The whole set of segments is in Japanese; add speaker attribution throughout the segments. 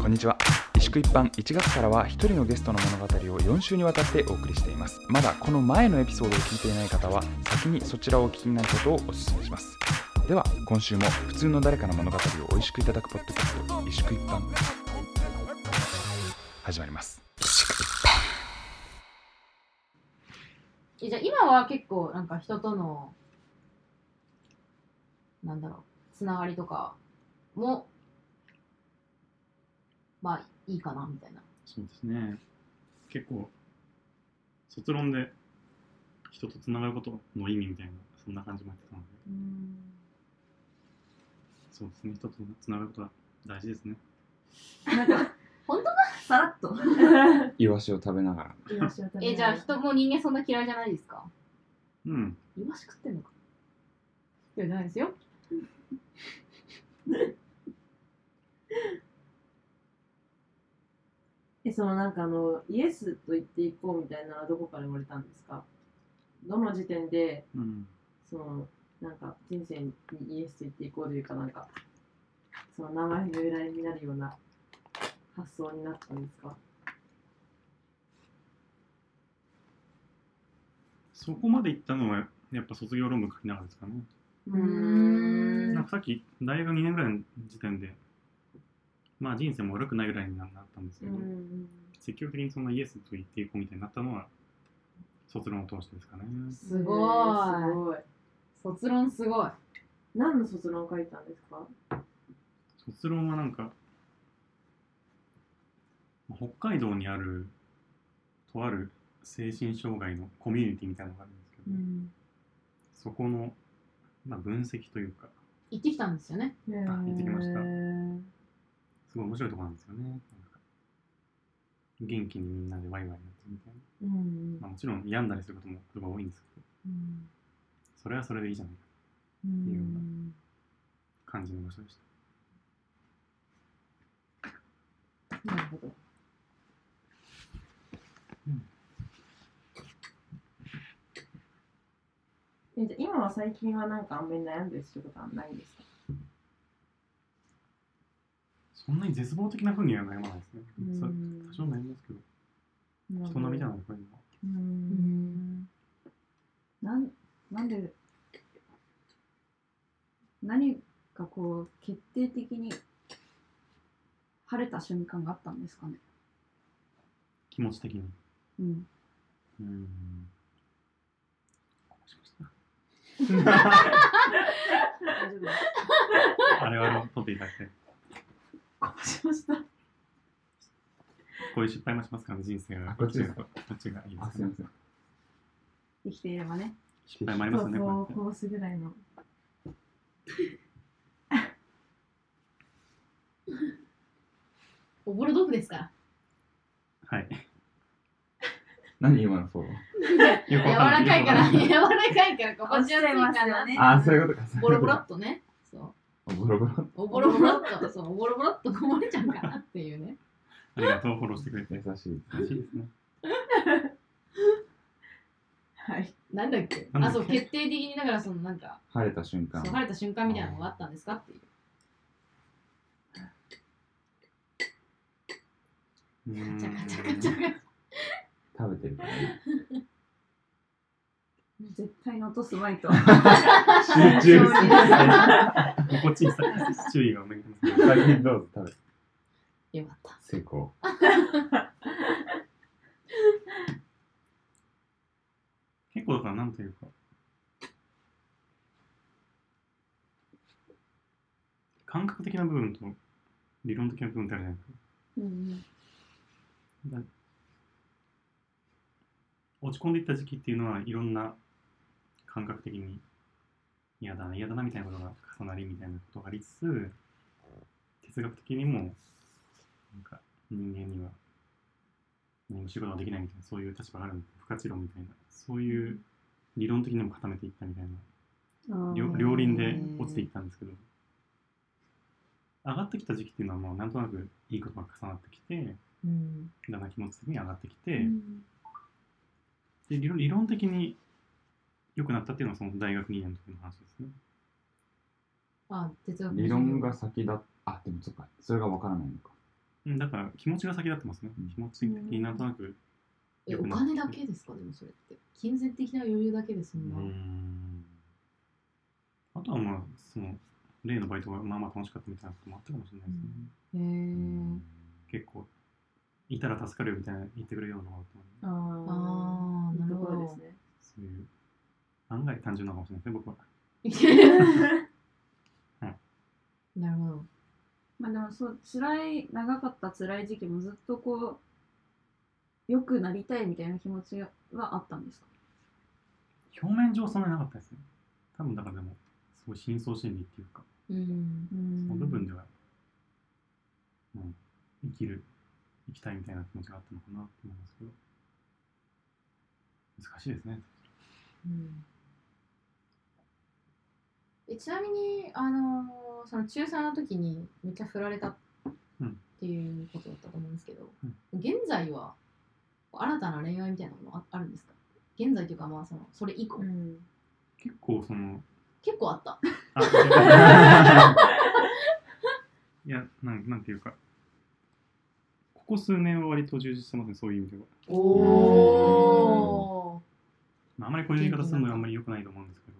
Speaker 1: こんにちは石工一般1月からは1人のゲストの物語を4週にわたってお送りしていますまだこの前のエピソードを聞いていない方は先にそちらをお聞きになることをお勧めしますでは今週も普通の誰かの物語を美味しくいただくポッドキャスト「石工一般」始まります
Speaker 2: えじゃあ今は結構なんか人とのなんだろうつながりとかもまあいいかなみたいな
Speaker 3: そうですね。結構、卒論で人とつながることの意味みたいな、そんな感じもやってたので、そうですね、人とつながることは大事ですね。
Speaker 4: さらっと。
Speaker 5: イワシを食べながら
Speaker 2: えじゃあ人も人間そんな嫌いじゃないですか
Speaker 3: うん。
Speaker 2: イワシ食ってんのか嫌いじゃないですよ
Speaker 4: え、そのなんかあの、イエスと言っていこうみたいなのはどこから生まれたんですかどの時点で、
Speaker 3: うん。
Speaker 4: その、なんか人生にイエスと言っていこうというかなんか、その名前の由来になるような発想になったんですか
Speaker 3: そこまで行ったのは、やっぱ卒業論文書きながらですかね。
Speaker 2: うー
Speaker 3: なんんかさっき、大学2年ぐらいの時点で、まあ人生も悪くないぐらいにはなったんですけ
Speaker 4: う
Speaker 3: ど、
Speaker 4: ん。
Speaker 3: 積極的にそんなイエスと言っていこうみたいになったのは、卒論を通してですかね。
Speaker 2: すご
Speaker 4: えーす
Speaker 2: い
Speaker 4: ごい。
Speaker 2: 卒論すごい
Speaker 4: 何の卒論を書いたんですか
Speaker 3: 卒論はなんか北海道にあるとある精神障害のコミュニティみたいなのがあるんですけど、
Speaker 4: ん。
Speaker 3: そこの、まあ、分析というか
Speaker 2: 行ってきたんですよね
Speaker 3: 行ってきましたすごい面白いところなんですよねなんか元気にみんなでワイワイやってみたいな、
Speaker 4: うん
Speaker 3: まあ、もちろん病んだりすることもことが多いんですけど
Speaker 2: うん
Speaker 3: それはそれでいいじゃないか
Speaker 2: う
Speaker 3: いいよ
Speaker 2: ん
Speaker 3: な感じの場所でした
Speaker 2: なるほど
Speaker 4: えじゃあ今は最近はなんかあんまり悩んでるってことはないんですか
Speaker 3: そんなに絶望的なふうには悩まないですね、そ
Speaker 4: ん
Speaker 3: 多少悩みますけど人並みじゃないこういうのは
Speaker 4: う。
Speaker 2: うんん
Speaker 6: なんなんで何かこう決定的に晴れた瞬間があったんですかね。
Speaker 3: 気持ち的に
Speaker 6: うん、
Speaker 3: うん
Speaker 4: 大丈夫です
Speaker 3: あれは撮っていただきたい。
Speaker 4: しました。
Speaker 3: こういう失敗もしますからね、人生は。
Speaker 5: あこっちです
Speaker 3: こっちがいい
Speaker 5: あ
Speaker 3: です
Speaker 5: い
Speaker 3: すね
Speaker 5: ま。せん
Speaker 6: 生きていればね。
Speaker 3: 失敗もありますよね、
Speaker 4: そう
Speaker 3: こ
Speaker 4: そう、コースぐらいの。
Speaker 2: おぼろ豆腐ですから
Speaker 3: れって。
Speaker 5: 何今のフォロー
Speaker 3: はい。よ
Speaker 2: 柔らかい から
Speaker 3: よく
Speaker 2: 柔らかいから心地よいか
Speaker 6: 落ちちゃいます
Speaker 2: ら
Speaker 6: よね
Speaker 5: ああそういうことかそう
Speaker 2: ボ
Speaker 5: い
Speaker 2: ロ
Speaker 5: うこ
Speaker 2: ボロ
Speaker 5: とか
Speaker 2: っとねそう
Speaker 5: ボロボロ
Speaker 2: おぼろぼろっと、そう、おぼろぼろっとこぼれちゃうかなっていうね。
Speaker 3: ありがとう、フォローしてくれて。
Speaker 5: 優しい
Speaker 3: 嬉しいですね。
Speaker 4: はい。
Speaker 2: なんだっけ
Speaker 3: なんだ
Speaker 2: あ、
Speaker 3: っけ
Speaker 2: そう、決定的に、だからそのなんか、
Speaker 5: 晴れた瞬
Speaker 2: そ
Speaker 5: 間
Speaker 2: う晴れた瞬間みたいなのがあったんですかっていう。
Speaker 3: うーん
Speaker 2: カチャ カチャカチャカチャ。
Speaker 5: 食べてるからね
Speaker 6: 絶対に落とすまいと。
Speaker 5: 集中する
Speaker 3: 心地いいさ注意がお願いしますね。
Speaker 5: 先にどうぞ食べて
Speaker 2: よかった。
Speaker 5: 成功
Speaker 3: 結構だから、なんというか。感覚的な部分と理論的な部分ってあるじゃないですか。
Speaker 6: うん
Speaker 3: だ落ち込んでいった時期っていうのはいろんな感覚的に嫌だな嫌だなみたいなことが重なりみたいなことがありつつ哲学的にもなんか人間には何も仕事ができないみたいなそういう立場があるみたいな不活論みたいなそういう理論的にも固めていったみたいな両両輪で落ちていったんですけど上がってきた時期っていうのはもうなんとなくいいことが重なってきて
Speaker 2: うん。
Speaker 3: だんだん気持ち的に上がってきて、
Speaker 6: うん
Speaker 3: で理論理論的に良くなったっていうのはその大学2年の時の話ですね。
Speaker 2: あ、哲学の授業
Speaker 5: 理論が先だあでもそっかそれがわからないのか
Speaker 3: うん、だから気持ちが先立ってますね
Speaker 5: うん。
Speaker 3: 気持ち的になんとなく。
Speaker 7: え、お金だけですか、でもそれって。金銭的な余裕だけでそ
Speaker 3: うん
Speaker 7: な。
Speaker 3: ん。あとはまあ、その、例のバイトがまあまあ楽しかったみたいなこともあったかもしれないですね。
Speaker 7: へえ。
Speaker 3: 結構、いたら助かるよみたいな言ってくれるようなことも
Speaker 7: あ
Speaker 4: あ
Speaker 7: あ、
Speaker 4: い
Speaker 7: ないる
Speaker 4: と
Speaker 7: ほ
Speaker 4: ころです
Speaker 7: ど。
Speaker 4: ね。
Speaker 3: そういう、案外単純なのかもしれないですね、僕は。
Speaker 7: なるほど。
Speaker 6: まあでもそう辛い長かった辛い時期もずっとこう良くなりたいみたいな気持ちはあったんですか
Speaker 3: 表面上そんなになかったですね。多分だからでも、すごい深層心理っていうか、
Speaker 7: うん。
Speaker 3: その部分では、うん、生きる、生きたいみたいな気持ちがあったのかなって思いますけど、難しいですね。
Speaker 7: うん
Speaker 2: えちなみに、あのーその中3の時にめっちゃ振られたっ
Speaker 3: うん
Speaker 2: ていうことだったと思うんですけど、
Speaker 3: うん
Speaker 2: 現在は新たな恋愛みたいなものああるんですか現在というか、まあそのそれ以降、
Speaker 4: うん。
Speaker 3: 結構その、
Speaker 2: 結構あった。
Speaker 3: あいやなん、なんていうか、ここ数年は割と充実してますね、そういう意味では。
Speaker 2: お
Speaker 5: お
Speaker 2: お。
Speaker 3: まあ、あまりこういう言い方するのはあんまり良くないと思うんですけど、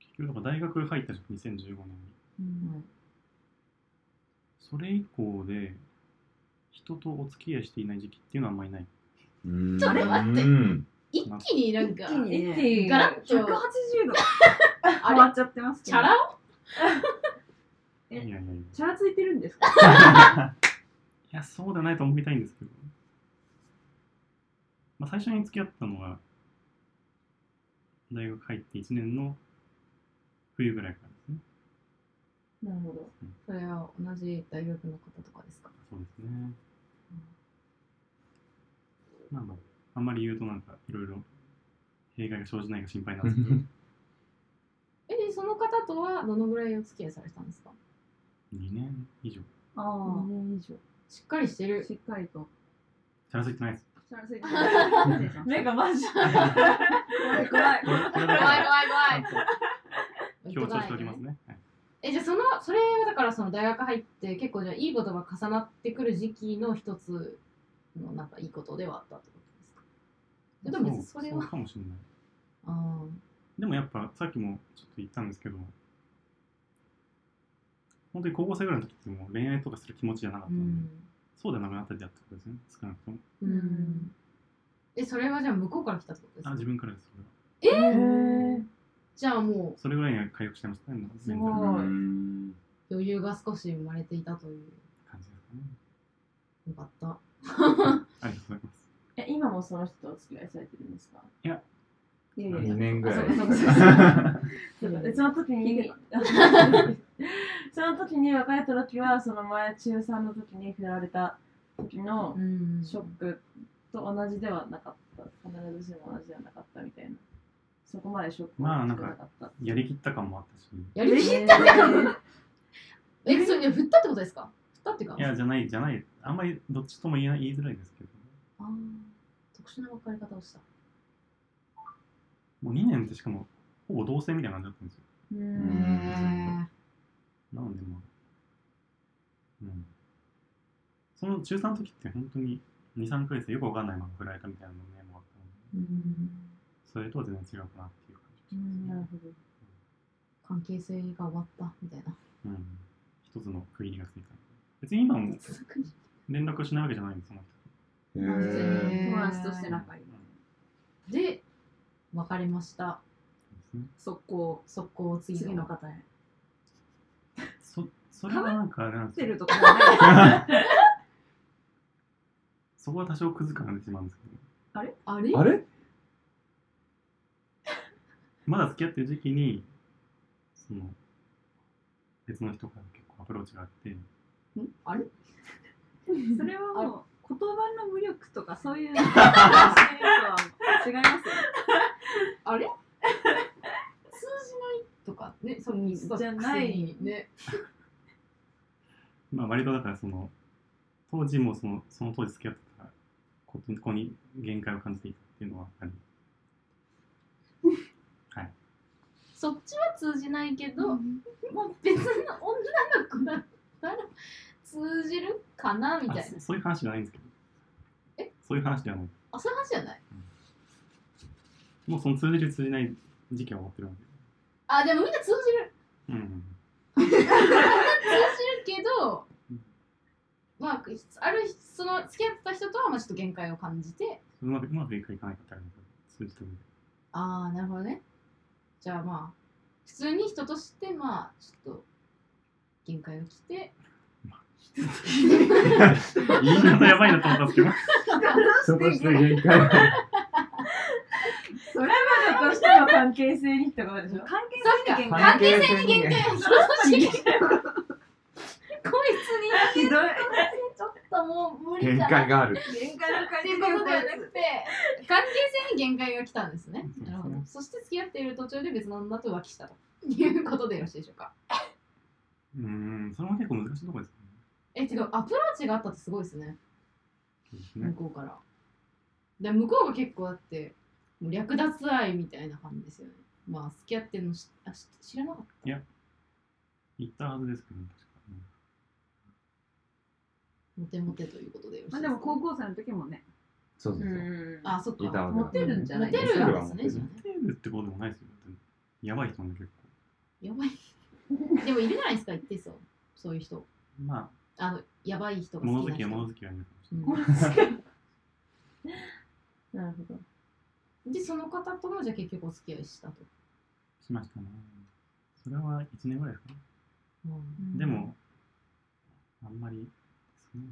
Speaker 3: 結局、だから大学入った時、2015年に、
Speaker 7: うん
Speaker 3: それ以降で、人とお付き合いしていない時期っていうのはあんまりない。
Speaker 5: うん
Speaker 2: ちょっと待って
Speaker 5: うん
Speaker 2: 一気になんか、
Speaker 4: 一気にね、
Speaker 6: に
Speaker 2: ガラッと
Speaker 6: 180度
Speaker 2: あ
Speaker 6: 変わ
Speaker 2: れ
Speaker 6: っちゃってますけ
Speaker 2: チ
Speaker 6: ど
Speaker 2: ャラ
Speaker 3: い
Speaker 6: え
Speaker 3: やいやいや。
Speaker 6: チャラついてるんですか
Speaker 3: いや、そうではないと思いたいんですけど。まあ、最初に付き合ったのは、大学入って1年の冬ぐらいからですね。
Speaker 2: なるほど。 それは同じ大学の方とかですか。
Speaker 3: そうですね。なんだろうあんまり言うとなんか、いろいろ弊害が生じないか心配なんですけど、
Speaker 2: え、でその方とはどのぐらいお付き合いされたんですか
Speaker 3: 2年以上。
Speaker 6: あ
Speaker 4: 2年以上。
Speaker 2: しっかりして
Speaker 6: あ
Speaker 2: る。
Speaker 6: しっかりと
Speaker 3: チャラついてないです。
Speaker 6: チャラついてる
Speaker 4: 目がマジ。
Speaker 6: 怖い怖い
Speaker 3: これこれだ
Speaker 2: 怖い
Speaker 3: け
Speaker 2: 怖い
Speaker 3: は
Speaker 2: 怖い。
Speaker 3: 強調しておきますね。はい
Speaker 2: えじゃあそのそれはだからその大学入って結構じゃあいいことが重なってくる時期の一つのなんかいいことではあったってことですかでも別にそれは
Speaker 3: ううかもしれない。
Speaker 2: あ
Speaker 3: でもやっぱさっきもちょっと言ったんですけど本当に高校生ぐらいの時ってもう恋愛とかする気持ちじゃなかっ
Speaker 2: ーう
Speaker 3: たので、
Speaker 2: ん
Speaker 3: そうでなくなったりだったことですね少なくとも
Speaker 2: うんえそれはじゃあ向こうから来たってことです
Speaker 3: あ
Speaker 2: か
Speaker 3: 自分からですそれは
Speaker 2: え
Speaker 4: へー
Speaker 2: じゃあもう
Speaker 3: それぐらいには回復してましたね
Speaker 4: すご
Speaker 3: メ
Speaker 4: い
Speaker 3: ンタル
Speaker 5: う
Speaker 3: の
Speaker 5: ん
Speaker 2: 余裕が少し生まれていたという
Speaker 3: 感じですかね
Speaker 2: よかった
Speaker 3: ありがとうございます
Speaker 4: え、今もその人とお付き合いされてるんですか
Speaker 3: いや。
Speaker 4: いやいやい
Speaker 5: 2
Speaker 4: や。
Speaker 5: 年ぐらい
Speaker 4: あそうかそうか そうかでその時に、 その時に別れた時は、その前中3の時に振られた時の
Speaker 2: うん
Speaker 4: ショックと同じではなかった。必ずしも同じではなかったみたいな。そこまでショック
Speaker 3: まあなん
Speaker 4: じ
Speaker 3: か
Speaker 4: ゃなかった。
Speaker 3: やりきった感もあったし
Speaker 2: やりきったってことえそれいや振ったってことですか振ったっていうか
Speaker 3: いやじゃないじゃないあんまりどっちとも言えない言いづらいですけど
Speaker 2: あー特殊な別れ方をした
Speaker 3: もう2年ってしかもほぼ同棲みたいな感じだったんですよ
Speaker 4: う
Speaker 2: へ
Speaker 4: ん。
Speaker 2: ー
Speaker 3: なのでまあ、うん。その中3の時って本当に2、3ヶ月でよくわかんないまま振られたみたいなのね、もあったので、
Speaker 2: うん
Speaker 3: それとは全然違うかなっていう感じがし
Speaker 4: な
Speaker 3: ま
Speaker 4: る
Speaker 3: すね。
Speaker 4: ほど。
Speaker 2: 関係性が終わったみたいな。
Speaker 3: うん。一つの区切りがついた。別に今も連絡しないわけじゃないんです、その人と。
Speaker 5: へ
Speaker 6: あ普通
Speaker 5: ー
Speaker 6: に友達として仲いい
Speaker 2: で、別れました。
Speaker 3: ですね。
Speaker 6: 速攻
Speaker 2: 速攻次の
Speaker 6: 次の方へ っ
Speaker 3: そ、それはなんかあれなんです
Speaker 6: て
Speaker 3: よ
Speaker 6: るとかじゃないですか
Speaker 3: そこは多少クズ感が出てしまうんですけど、
Speaker 2: あれ
Speaker 5: あれ
Speaker 3: まだ付き合ってる時期に、その、別の人から結構アプローチがあって、
Speaker 2: あれ
Speaker 6: それはもう言葉の無力とかそういう そういうのは違いますよ
Speaker 2: あれ通じないとかね、その
Speaker 6: じゃない
Speaker 2: くせにね。
Speaker 3: まあ割とだからその当時もそのその当時付き合ってたことここに限界を感じていたっていうのはあり
Speaker 2: そっちは通じないけど、まあ別の女の子だったら通かなみたい
Speaker 3: あ
Speaker 2: な
Speaker 3: そそういう話じゃないんですけど
Speaker 2: え
Speaker 3: そういう話ではない
Speaker 2: あそういう話じゃない
Speaker 3: もうその通じる通じない時期は終わってるわけ
Speaker 2: あでもみんな通じる
Speaker 3: うんうん
Speaker 2: 通じるけど
Speaker 3: うん
Speaker 2: まああるその付き合ってた人とはまあちょっと限界を感じて
Speaker 3: うまくうまくいくかいかないかってあるんだけど通じてる
Speaker 2: ああなるほどねじゃあまあ普通に人としてまあちょっと限界が来 て
Speaker 3: 言い方やばいなと思ったんですけど
Speaker 5: 人として限界を
Speaker 4: それまでとしての関係性にってことでしょ
Speaker 6: 関係
Speaker 2: そっか
Speaker 6: 性に限界
Speaker 2: 関係性に限界人として限界こいつに
Speaker 4: ひどい
Speaker 2: ちょっともう無理
Speaker 5: 限
Speaker 2: だな
Speaker 5: 界がある
Speaker 6: 限界の
Speaker 2: っ
Speaker 6: 関
Speaker 2: ていうことではなくて関係性に限界が来たんですね
Speaker 3: そうですね
Speaker 2: なるほどそして付き合っている途中で別の女と浮気したということでよろしいでしょうか
Speaker 3: うーんそれも結構難しいところですね
Speaker 2: えてかアプローチがあったってすごいですね
Speaker 3: そうです
Speaker 2: 向
Speaker 3: ね
Speaker 2: こうからで向こうが結構あってもう略奪愛みたいな感じですよねまあ付き合ってるのしあし知らなかっ
Speaker 3: 言ったはずですけど、ね、確か
Speaker 2: たモ
Speaker 3: に
Speaker 2: テモテということでよろしい
Speaker 6: まあ
Speaker 2: す
Speaker 6: で
Speaker 2: か
Speaker 6: も高校生の時もね
Speaker 5: そうそううそう。
Speaker 4: ん
Speaker 2: あそっ
Speaker 5: いた
Speaker 2: か
Speaker 5: わけ
Speaker 6: モテるんじゃ
Speaker 2: モ
Speaker 6: ない
Speaker 2: テ
Speaker 6: です
Speaker 2: る
Speaker 6: か
Speaker 2: なんですね
Speaker 5: モテ
Speaker 2: じ
Speaker 5: る
Speaker 2: ゃあね
Speaker 3: テールってことでもないですよ別にやばい人なんで結構
Speaker 2: やばいでもいるじゃないですか一定数そういう人
Speaker 3: ま
Speaker 2: あのやばい人
Speaker 3: あ
Speaker 2: が好
Speaker 3: 物
Speaker 2: き
Speaker 3: 好
Speaker 2: な人
Speaker 3: きは物好きはいるかもしれない
Speaker 4: なるほど
Speaker 2: うんでその方ともじゃあ結局お付き合いしたと、
Speaker 3: しましたねそれは1年ぐらいですかねでもあんまりですね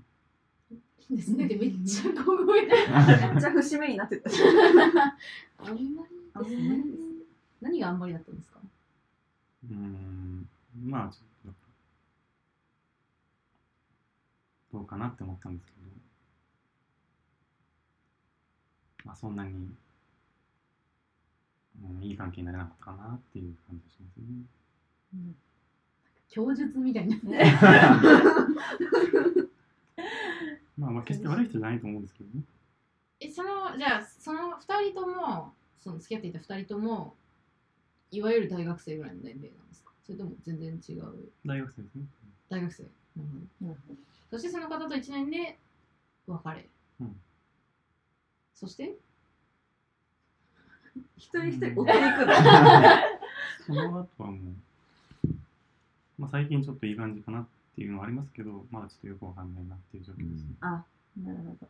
Speaker 2: いいですねでめっちゃ小声で
Speaker 6: めっちゃ節目になって た
Speaker 2: あんまり
Speaker 6: あ
Speaker 2: ですね何があんまりだったんですか
Speaker 3: うーんまあちょっとどうかなって思ったんですけどまあそんなに、うん、いい関係になれなかったかなっていう感じがしますね
Speaker 2: 供述みたいな
Speaker 3: まあまあ決して悪い人じゃないと思うんですけどね
Speaker 2: えそのじゃあその2人ともその付き合っていた2人ともいわゆる大学生ぐらいの年齢なんですかそれとも全然違う
Speaker 3: 大学生ですね
Speaker 2: 大学生なるほどそしてその方と1年で別れ、
Speaker 3: うん
Speaker 2: そして
Speaker 6: 一人一人追っていくの
Speaker 3: その後はもう、まあ、最近ちょっといい感じかなっていうのはありますけど、まだちょっとよくわかんないなっていう状況ですね。
Speaker 4: なるほど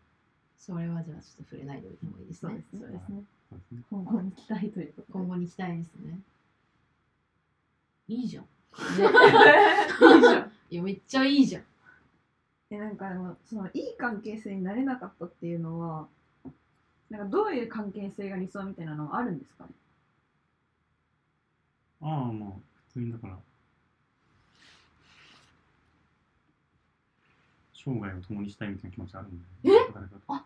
Speaker 2: それはじゃあちょっと触れないでおいた方がいいです
Speaker 4: そう
Speaker 2: ね
Speaker 4: ですそうですね
Speaker 3: そうですね。
Speaker 4: 今後に期待ということ
Speaker 2: 今後に期待ですねいいじゃん
Speaker 4: でいいじゃん
Speaker 2: いやめっちゃいいじゃん
Speaker 6: えなんかでもそのいい関係性になれなかったっていうのはなんかどういう関係性が理想みたいなのはあるんですかね
Speaker 3: ああ、まあ、普通にだから、生涯を共にしたいみたいな気持ちがあるんで、誰かと
Speaker 2: あ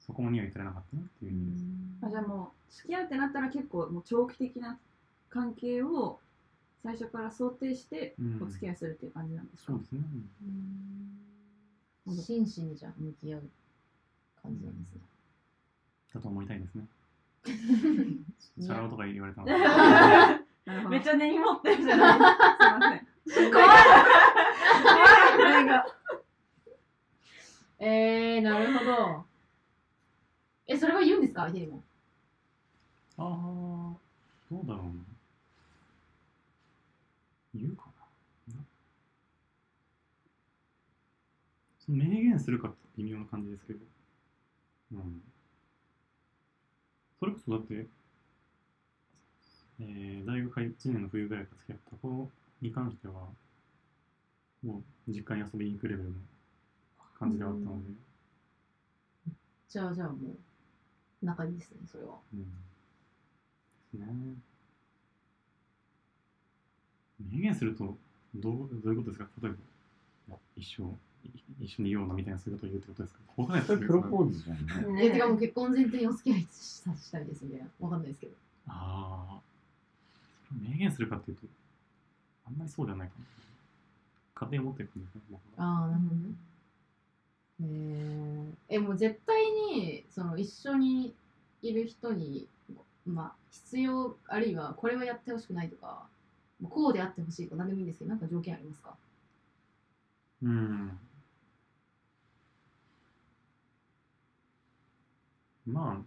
Speaker 3: そこもには至らなかったなっていう意味です。
Speaker 6: あじゃあもう付き合うってなったら結構もう長期的な関係を最初から想定して
Speaker 3: うん
Speaker 6: お付き合いするっていう感じなんですか、
Speaker 3: そうですね。
Speaker 2: うん真摯にじゃあ向き合う感じなんですね、
Speaker 3: だと思いたいですね。
Speaker 2: いや
Speaker 3: チャラ男とか言われたので、
Speaker 6: なるほ ど
Speaker 4: めっちゃ根に持ってるじ
Speaker 6: す
Speaker 4: ゃ
Speaker 6: い
Speaker 4: ない
Speaker 6: ま せん怖い怖いが
Speaker 2: えー、なるほどえそれは言うんですか相手にも
Speaker 3: ああ、どうだろうな。言うかな。なその明言するかって微妙な感じですけど。うん。それこそだって、えー、大学1年の冬ぐらいから付き合った子に関しては、もう実家に遊びに行くレベルの感じではあったので、
Speaker 2: じゃあじゃあもう仲いいですねそれは
Speaker 3: うん。ですね。明言するとどう、どういうことですか例えば、いや一生、い一緒にいようなみたいなそういうことを言うってことですかわかんないです
Speaker 5: そ
Speaker 3: よ
Speaker 5: れ
Speaker 3: ね
Speaker 5: プロポーズじゃんね。
Speaker 2: えてかもう結婚前提にお付き合いしたしたいですみたいなわかんないですけど
Speaker 3: ああ。それを明言するかっていうと、あんまりそうじゃないかもしれない。家庭持ってるんですね、僕は
Speaker 2: ああなるほどねえーえもう絶対にその一緒にいる人にまあ必要あるいはこれはやってほしくないとかもうこうであってほしいとか何でもいいんですけどなんか条件ありますか
Speaker 3: うん。ま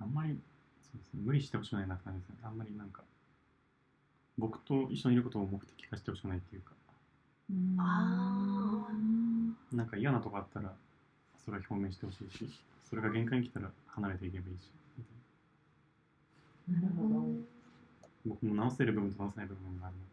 Speaker 3: あ、あんまり、そうですね、無理してほしくないなって感じですね。あんまりなんか、僕と一緒にいることを目的化してほしくないっていうか、
Speaker 7: あ
Speaker 3: なんか嫌なとこあったら、それは表明してほしいし、それが限界に来たら離れていけばいいし、みたいな
Speaker 2: なるほど。
Speaker 3: 僕も直せる部分と直せない部分があるので、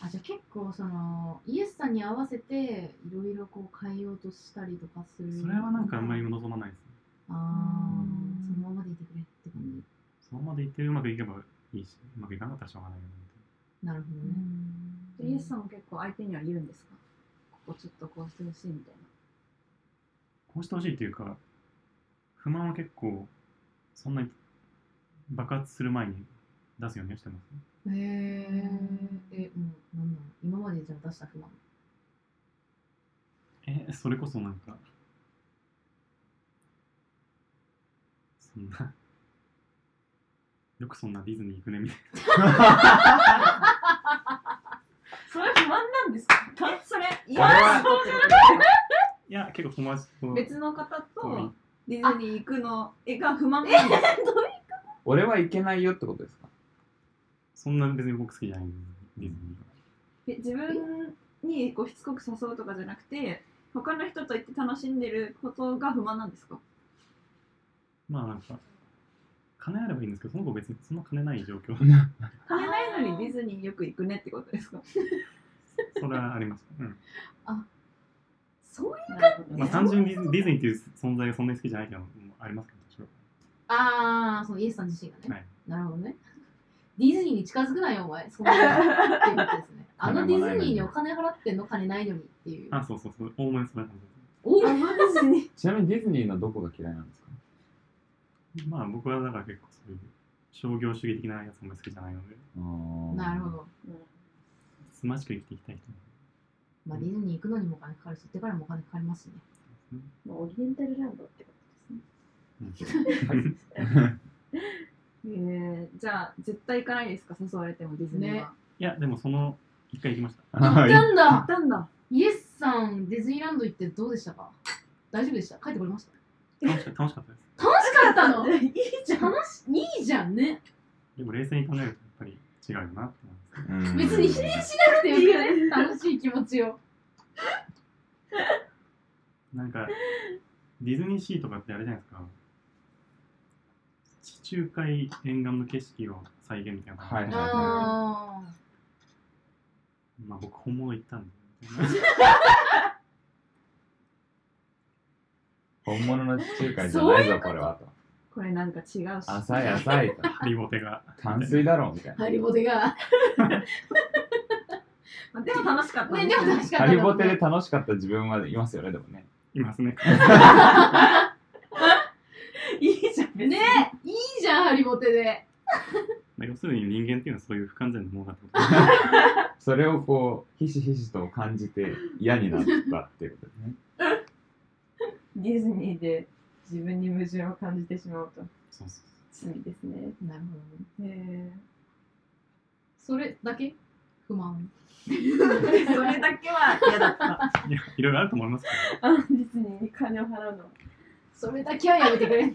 Speaker 2: あじゃあ結構そのイエスさんに合わせていろいろこう変えようとしたりとかする
Speaker 3: それはなんかあんまり望まないですね。
Speaker 2: あ
Speaker 4: う
Speaker 2: あ
Speaker 4: ん
Speaker 2: そのままでいてくれって感じ、
Speaker 3: そのままでいってうまくいけばいいし、うまくいかなかったらしょうがないよね。
Speaker 2: なるほどね、
Speaker 6: でイエスさんも結構相手には言うんですかここちょっとこうしてほしいみたいな。
Speaker 3: こうしてほしいっていうか、不満は結構、そんなに爆発する前に出すようにはしてますね。
Speaker 2: へええもうなんだろう今までじゃあ出した不満
Speaker 3: えそれこそなんかそんな よくそんなディズニー行くねみたい
Speaker 4: それ不満なんですか
Speaker 6: それ、イエス
Speaker 5: れは
Speaker 6: さんってこと
Speaker 3: ないや結構友達と
Speaker 6: 別の方と
Speaker 3: と
Speaker 6: ディズニー行くの絵が不満なんですか
Speaker 5: 俺はいけないよってこと ですか
Speaker 3: そんな別に僕好きじゃないんでディズニーが
Speaker 6: え自分にこうしつこく誘うとかじゃなくて他の人と行って楽しんでることが不満なんですか
Speaker 3: まあなんか金あればいいんですけどその子別にそんな金ない状 況
Speaker 6: 金ないのにディズニーよく行くねってことですか
Speaker 3: それはあります、うん
Speaker 7: そう
Speaker 3: まあ、単純にディズディズニーっていう存在がそんなに好きじゃないっていうのもありますけど多少
Speaker 2: ああそのイエスさん自身がね、
Speaker 3: はい
Speaker 2: なるほどねディズニーに近づくなよお前そんなの っていうことですねあのディズニーにお金払ってんの金ないのにっていう
Speaker 3: あそうそうそう大盛りそんな感
Speaker 2: お
Speaker 6: あマジに
Speaker 5: ちなみにディズニーのどこが嫌いなんですか
Speaker 3: じまあ僕はだから結構そういう商業主義的なやつも好きじゃないので
Speaker 2: なるほ
Speaker 5: ど
Speaker 2: ど、
Speaker 3: つましく生きていきたい人なん
Speaker 2: まあ、ディズニー行くのにもお金かかるし行ってからもお金かかりますしね
Speaker 3: ですね
Speaker 4: もうオリエンタルランドってこ
Speaker 6: えー、じゃあ絶対行かないですか誘われてもディズニーは、
Speaker 3: いや、でもその、一回行きました。
Speaker 2: 行ったん
Speaker 6: 行
Speaker 2: だ
Speaker 6: ったんだ
Speaker 2: イエスさん、ディズニーランド行ってどうでしたか大丈夫でした帰ってこれまし
Speaker 3: 楽しか楽しかったです。
Speaker 2: た楽しかったの
Speaker 6: いいじゃん
Speaker 2: 楽しいいじゃんね。
Speaker 3: でも冷静に考えると、やっぱり違うよなって思います。
Speaker 2: 別に否定しなくてよくね。楽しい気持ちを。
Speaker 3: なんか、ディズニーシーとかってあれじゃないですか。地中海沿岸の景色を再現みたいな感じで。
Speaker 5: はい
Speaker 2: あ
Speaker 3: まあ僕、本物行ったんで。
Speaker 5: 本物の地中海じゃないぞこれはと
Speaker 6: これなんか違うし
Speaker 5: 浅い浅いと
Speaker 3: ハリボテが。
Speaker 5: 淡水だろうみたい
Speaker 2: ー。ハリボテが。
Speaker 6: まあでも楽しかった
Speaker 2: ね、でも 楽しか
Speaker 5: な
Speaker 2: った。
Speaker 5: ハリボテで。楽しかった自分はいますよねでもね
Speaker 3: います ね。
Speaker 6: いいじゃん
Speaker 2: ねいいじゃん、ハリボテで。
Speaker 3: まあ要するに人間っていうのはそういう不完全なものだってこと
Speaker 5: それをこうひしひしと感じて嫌になったっていうことですね
Speaker 4: ディズニーで自分に矛盾を感じてしまうと
Speaker 3: そうそう
Speaker 4: 罪ですね
Speaker 2: なるほどね。
Speaker 4: へえ
Speaker 2: それだけ不満。
Speaker 6: それだけは嫌だった
Speaker 3: そう。 いや、いろいろあると思いますけど。
Speaker 4: あディズニーに金を払うの
Speaker 2: それだけはやめてくれ。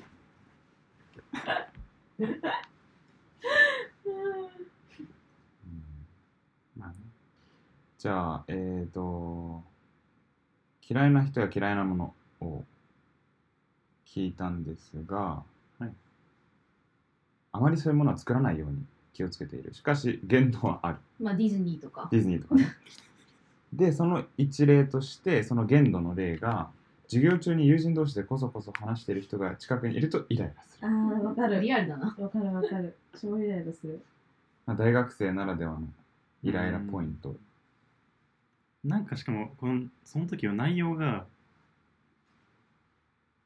Speaker 5: うん
Speaker 3: まあね。
Speaker 5: じゃあえっ、ー、と嫌いな人や嫌いなものを聞いたんですが、
Speaker 3: はい
Speaker 5: あまりそういうものは作らないように気をつけているしかし限度はある
Speaker 2: まあ、ディズニーとか。
Speaker 5: ディズニーとかねでその一例としてその限度の例が授業中に友人同士でこそこそ話している人が近くにいるとイライラする
Speaker 4: あーわかる
Speaker 2: リアルだな。
Speaker 4: わかるわかる超イライラする
Speaker 5: まあ大学生ならではのイライラポイント
Speaker 3: なんかしかも、この、その時は内容が、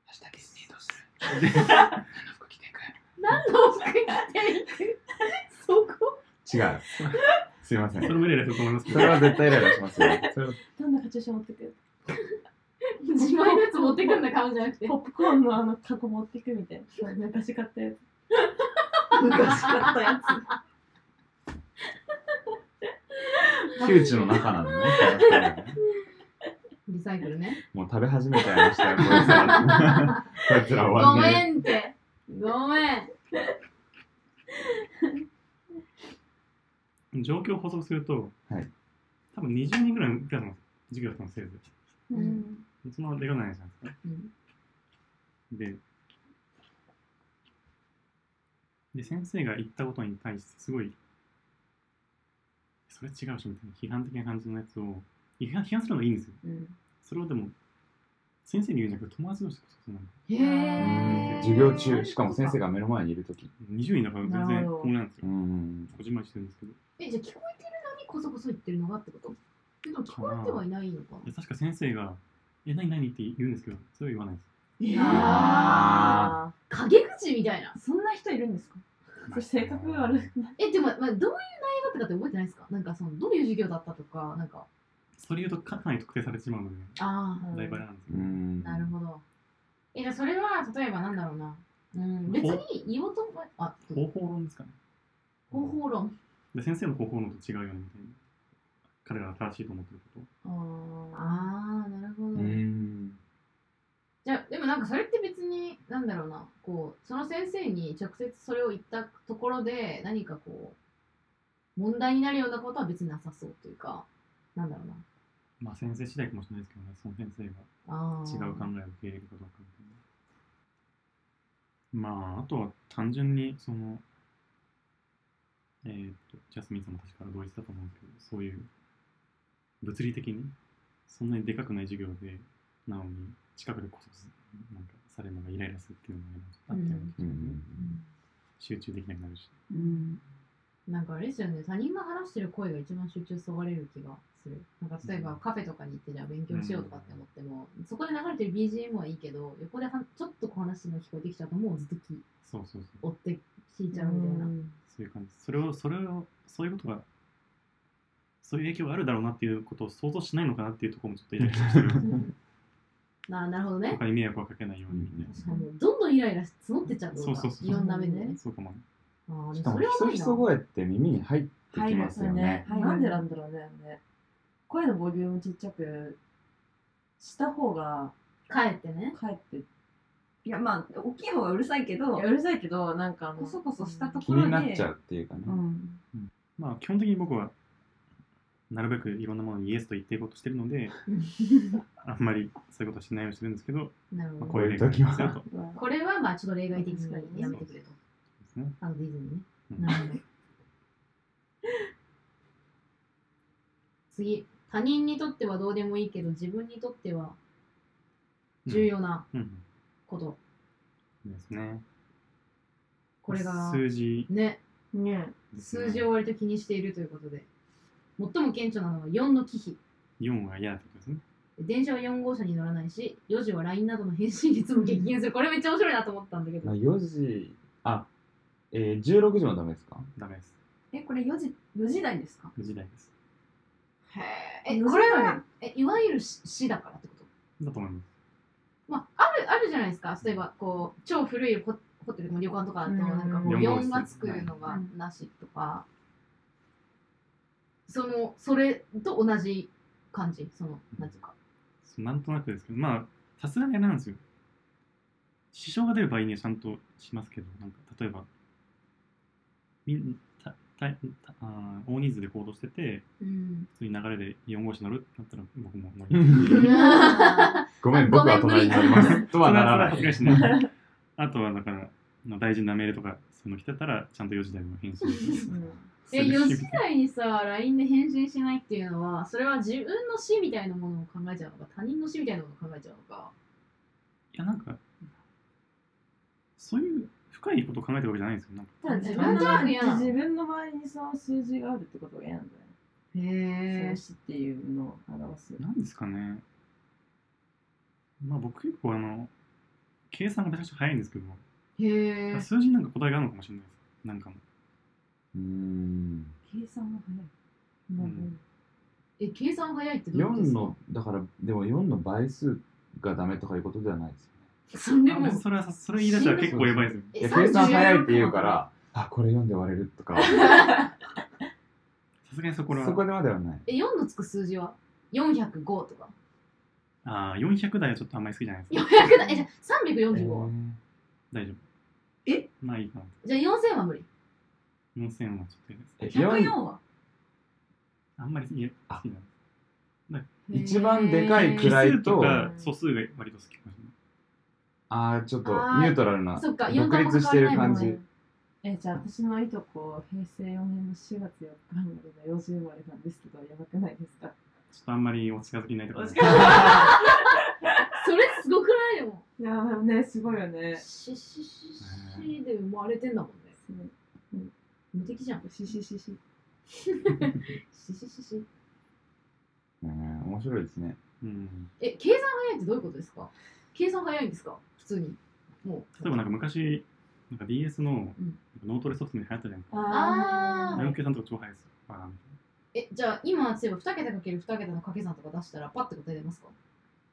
Speaker 5: 明日ディズニーどうする の服着 ていく
Speaker 2: 何の服着ていくそこ。
Speaker 5: 違う。 すいませ
Speaker 3: それ
Speaker 5: ん。
Speaker 3: もイライラすると思いますけ
Speaker 5: そ
Speaker 3: ど。
Speaker 5: れは絶対イライラしますよ。それは
Speaker 4: どんなカチューシャ持ってくる
Speaker 2: 自前のやつ持ってくんだ、顔じゃなくて
Speaker 4: ポ。ップコーンのあのカゴ持ってくみたいな昔買ったやつ
Speaker 6: 昔買ったやつ
Speaker 5: 窮地の中なのね。その二人はね
Speaker 2: リサイクルね。
Speaker 5: もう食べ始めちゃいましたよ、こいつらこいつら
Speaker 2: ご
Speaker 5: はね
Speaker 2: めんって。ごめん。
Speaker 3: 状況を補足すると、
Speaker 5: はい
Speaker 3: 多分20人ぐらいのクラスの授業だったのせいで
Speaker 6: うん
Speaker 3: そのまま出かないじゃないですか
Speaker 7: うん
Speaker 3: でで先生が言ったことに対してすごいそれ違うしみたいな批判的な感じのやつを批判批判するのがいいんですよ
Speaker 7: うん
Speaker 3: それをでも先生に言うんじゃなくて友達同士でこそなんか
Speaker 2: へ
Speaker 5: う
Speaker 2: え。
Speaker 5: ん授業中しかも先生が目の前にいる時
Speaker 3: 20人だから全
Speaker 2: な
Speaker 3: 然
Speaker 2: るほど
Speaker 3: こんなんです
Speaker 5: う
Speaker 3: よ
Speaker 5: ん
Speaker 3: こじんまりしてるんですけど
Speaker 7: えじゃあ聞こえてるのにこそこそ言ってるのがってことでも聞こえてはいないのか
Speaker 3: いや確か先生が「え何何?」って言うんですけどそれは言わないです
Speaker 5: あ
Speaker 7: な陰口みたいな
Speaker 4: そんな人いるんですか それ性格が悪い。
Speaker 7: えでも、まあ、どういう内容だったかって覚えてないですかなんかそのどういう授業だったとかなんか
Speaker 3: それ言うとかかなり特定されてしまうので
Speaker 7: ああ
Speaker 3: ライバルなんですよ
Speaker 5: うん
Speaker 7: なるほど
Speaker 2: え、じゃあそれは例えばなんだろうな。
Speaker 7: うん別に言おうと思えあどうぞ
Speaker 3: 方法論ですかね
Speaker 7: 方法論
Speaker 3: で先生の方法論と違うよねみたいな彼らが正しいと思ってること
Speaker 7: ああなるほど、
Speaker 5: うん
Speaker 2: じゃあでもなんかそれって別になんだろうなこうその先生に直接それを言ったところで何かこう問題になるようなことは別になさそうというかなんだろうな
Speaker 3: まあ先生次第かもしれないですけどねその先生が
Speaker 2: あー
Speaker 3: 違う考えを受け入れるかどうかみたいなまああとは単純にそのえーっとジャスミンさんも確か同一だと思うんですけどそういう物理的にそんなにでかくない授業でなのに近くでこそこそなんかされるのがイライラするっていうのがあったような気がしますね集
Speaker 5: うん
Speaker 3: 中できなくなるし
Speaker 6: うん
Speaker 2: なんかあれですよね他人が話してる声が一番集中そがれる気がするなんか例えばカフェとかに行ってじゃあ勉強しようとかって思っても、そこで流れてる BGM はいいけど横ではちょっとこう話してるの聞こえてきちゃうともうずっとき
Speaker 3: そうそうそう
Speaker 2: 追って聞いちゃうみたいな、
Speaker 3: そういう感じそれをそれをそういうことがそういう影響があるだろうなっていうことを想像しないのかなっていうところもちょっとイライラしてる
Speaker 2: ななるほどね
Speaker 3: 他に迷惑をかけないようにみたい
Speaker 2: 確かにもうどんどんイライラし募ってっちゃうってこと
Speaker 3: そ
Speaker 2: か
Speaker 3: うそうそう
Speaker 2: いろんな面で
Speaker 3: な
Speaker 2: ね
Speaker 3: そうかもね
Speaker 2: あーで
Speaker 5: し
Speaker 2: も
Speaker 5: か
Speaker 2: そ
Speaker 5: も
Speaker 2: れ
Speaker 5: ひ
Speaker 2: は
Speaker 5: そ
Speaker 2: ない
Speaker 5: ひ
Speaker 2: な
Speaker 5: そ声って耳に入ってきますよね
Speaker 6: はい
Speaker 4: なんでなんだろうね。あれね声のボリュームちっちゃくした方が
Speaker 2: 帰ってね
Speaker 4: かえって
Speaker 6: いやまあ大きい方がうるさいけど
Speaker 4: いやうるさいけどなんかあの
Speaker 6: こそこそしたと
Speaker 5: 気
Speaker 6: ころ
Speaker 5: に
Speaker 6: で
Speaker 5: なっちゃうっていうかね
Speaker 6: うん
Speaker 3: まあ基本的に僕はなるべくいろんなものにイエスと言っていこうとしてるのであんまりそういうことはしないようにしてるんですけど、
Speaker 2: なるほ
Speaker 3: ま
Speaker 2: ど
Speaker 3: あ、こういう例外ですよと
Speaker 5: こ
Speaker 2: これはまあちょっと例外的にやめてくれと
Speaker 3: ですね
Speaker 2: あのディズニーね
Speaker 3: うん
Speaker 2: なるほど次他人にとってはどうでもいいけど自分にとっては重要な
Speaker 3: うんうん
Speaker 2: こと、
Speaker 3: うんですね
Speaker 2: これが
Speaker 3: 数字
Speaker 2: ね
Speaker 4: ね
Speaker 3: ですね
Speaker 2: 数字を割と気にしているということで最も顕著なのは4の忌避
Speaker 3: 4は嫌だってことですね
Speaker 2: 電車は4号車に乗らないし4時は LINE などの返信率も激減するこれめっちゃ面白いなと思ったんだけど、
Speaker 5: まあ4時あえー16時もダメですか
Speaker 3: ダメです
Speaker 6: えこれ4時4時台ですか
Speaker 3: 無時代です
Speaker 2: え
Speaker 6: 4時
Speaker 2: これは
Speaker 6: 台
Speaker 2: えいわゆるし死だからってこと
Speaker 3: だと思います
Speaker 2: まあ、あるあるじゃないですか例えばこう超古いホホテルの旅館とかだと
Speaker 4: うん
Speaker 2: なんかこう
Speaker 3: 四号室
Speaker 2: 4がつくの
Speaker 6: は
Speaker 2: が
Speaker 6: い
Speaker 2: なしとか、そのそれと同じ感じそのなんていうか、
Speaker 3: そうなんとなくですけどまあさすがにあれなんですよ支障が出る場合にはちゃんとしますけどなんか例えばみんたたたあー大人数で行動してて
Speaker 2: うん、
Speaker 3: 普通に流れで4号車乗るってなったら僕も乗
Speaker 5: う
Speaker 3: り
Speaker 5: ん
Speaker 2: あ
Speaker 5: ごめん
Speaker 2: ご
Speaker 5: 僕
Speaker 2: め
Speaker 5: は
Speaker 2: ん
Speaker 5: 隣になり ますとはならない
Speaker 3: 恥ずかしいねあとはだからまあ大事なメールとかそういうの来てたらちゃんと4時台も返信す
Speaker 4: うん
Speaker 2: え
Speaker 3: る
Speaker 2: 4
Speaker 3: し
Speaker 2: 時台にさ LINE で返信しないっていうのはそれは自分の死みたいなものを考えちゃうのか他人の死みたいなものを考えちゃうのか
Speaker 3: いやなんかそういう深いことを考えてるわけじゃないんですよなんか
Speaker 4: ただ自
Speaker 2: な
Speaker 4: 分
Speaker 2: んとなく
Speaker 4: の
Speaker 2: 嫌なの
Speaker 4: 自分の周りにその数字があるってことが嫌なんだよね。
Speaker 2: へえ
Speaker 4: 数字っていうのを表す。
Speaker 3: なんですかねまあ僕結構あの計算がめちゃくちゃ早いんですけど
Speaker 2: へえ
Speaker 3: 数字なんか答えがあるのかもしれないです。なんかも。
Speaker 5: うん
Speaker 4: 計算も早い。
Speaker 3: ん
Speaker 2: え計算早いってどういうことで
Speaker 5: 4
Speaker 2: すか
Speaker 5: のだからでも4の倍数がダメとかいうことではないですよね
Speaker 2: それ
Speaker 3: あ
Speaker 2: も
Speaker 3: それはさそれ言い出したら結構やばいですよ。
Speaker 5: い
Speaker 2: え
Speaker 5: や
Speaker 2: 34
Speaker 5: 計算早いって言うからあこれ読んで割れるとか
Speaker 3: さすがにそこらは
Speaker 5: そこでまではない
Speaker 2: え、4のつく数字は ?405 とか。
Speaker 3: ああ、400台はちょっとあんまり好きじゃないですか。
Speaker 2: 400だ。え、じゃあ345は、
Speaker 3: 大丈夫。
Speaker 6: え
Speaker 3: まあいいかな。
Speaker 2: じゃあ4000は無理。
Speaker 3: 4000はちょっといいです。
Speaker 5: え
Speaker 6: 104
Speaker 5: 4
Speaker 6: は
Speaker 3: あんまりいや好
Speaker 5: あ
Speaker 3: きじゃない。
Speaker 5: 一番でかい
Speaker 2: へー
Speaker 5: くらい
Speaker 3: 奇数とか
Speaker 2: うん
Speaker 3: 素数が割と好きかもし
Speaker 5: あーちょっとニ
Speaker 2: あー
Speaker 5: ュートラルな
Speaker 2: そっか
Speaker 5: 独立してる感じ
Speaker 2: 四
Speaker 4: えじゃあ私のいとこ平成4年の4月4日生まれの4時生まれなんですけどやばくないですか
Speaker 3: れない。ちょっとあんまりお近づきないところ
Speaker 4: お近づ
Speaker 2: それすごくないでも。
Speaker 4: いやーねすごいよね
Speaker 2: シシシシで生まれてんだもんね。無敵じゃん。
Speaker 4: しししし
Speaker 2: シシシシ。
Speaker 5: うん面白いですね
Speaker 3: うん。
Speaker 2: え、計算早いってどういうことですか計算早いんですか普通に。もう。
Speaker 3: 例えばなんか昔、なんか DS の
Speaker 2: うん
Speaker 3: 脳トレソフトに流行ったじゃないですか。
Speaker 2: あ
Speaker 3: ナ
Speaker 2: ー
Speaker 3: ウケさんとか超早いですよ。バカみ
Speaker 2: え、じゃあ今、例えば2桁かける2桁の掛け算とか出したらパッて答え出ますか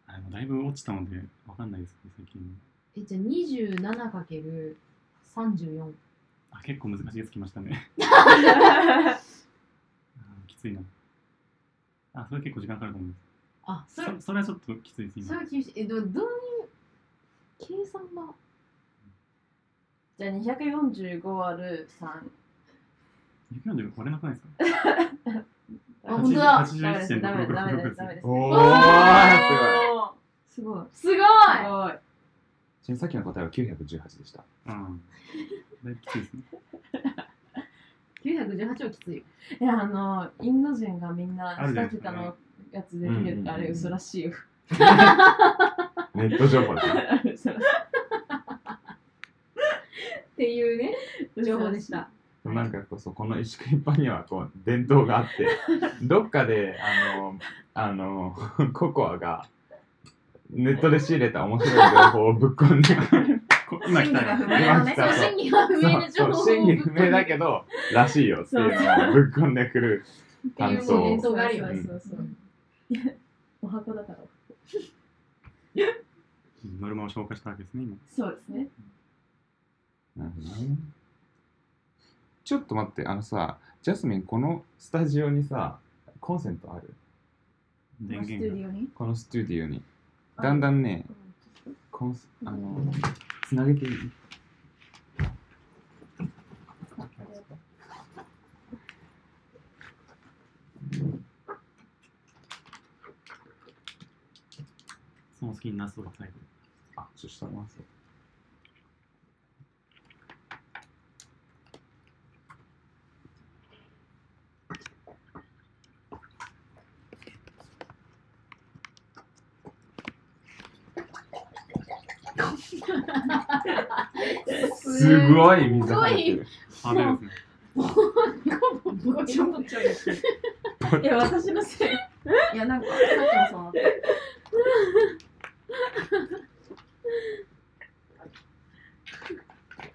Speaker 3: たいなあでもだいぶ落ちたので、わかんないですけど、最近。
Speaker 2: え、じゃあ27かける34。
Speaker 3: あ、結構難しいやつきましたね。あーきついな。あ、それ結構時間かかると思うんで
Speaker 2: あ、それ
Speaker 3: す。そそれはちょっときついです、
Speaker 2: そ
Speaker 3: 今
Speaker 2: れ。は厳しい。え、どどういう計算が
Speaker 4: じゃあ245割る3
Speaker 3: 雪なんで割れなくないですか
Speaker 2: あ本当だ
Speaker 4: ダメですダメですダメですダメ
Speaker 3: 81.666
Speaker 4: です
Speaker 5: お
Speaker 2: ー
Speaker 5: すごい
Speaker 4: すごい
Speaker 2: すごい
Speaker 4: すごい
Speaker 5: ちなみにさっきの答えは918でした
Speaker 3: うん。だいぶきついですね。
Speaker 2: !918 はきついよ。
Speaker 4: いやあのインド人がみんな
Speaker 3: あるじゃない
Speaker 4: 2
Speaker 3: ですか
Speaker 4: 桁のやつできてるってあれ嘘らしいよ。
Speaker 5: ネット情報ですね
Speaker 4: 嘘ら
Speaker 2: っ
Speaker 4: し
Speaker 2: ていうね、
Speaker 4: い
Speaker 2: 情報でし。た。
Speaker 5: でもなんかこうそうこの石食いパンにはこう伝統があって どっかであのあの ココアがネットで仕入れた面白い情報をぶっ込んで
Speaker 3: こ今来たら、
Speaker 4: 真偽が不明
Speaker 5: 今来
Speaker 2: そ
Speaker 5: た
Speaker 2: う、真偽は不明な情
Speaker 5: とそう
Speaker 2: 報
Speaker 5: そ
Speaker 2: を
Speaker 5: う真偽不明だけどらしいよっていうのをぶっ込んでくる
Speaker 2: ていう
Speaker 5: 感
Speaker 2: もう伝
Speaker 5: 想
Speaker 2: 統があるよね
Speaker 4: そうそうそうお箱だから。
Speaker 3: ノルマを消化したわけですね、今。
Speaker 4: そうですね。
Speaker 5: なるほどねちょっと待ってあのさジャスミンこのスタジオにさコンセントある
Speaker 3: 電
Speaker 6: ステ
Speaker 3: 源
Speaker 6: ュ
Speaker 3: が。
Speaker 6: ディオに
Speaker 5: このスタジオにだんだんねコンスあのつなげていい
Speaker 3: その好きになすとか最後。
Speaker 5: あそしたらますすごい水入ってる
Speaker 3: あ、でですね。
Speaker 2: ちょっと
Speaker 4: いや私のせい。
Speaker 6: いや、なんか、さっきもそうなった。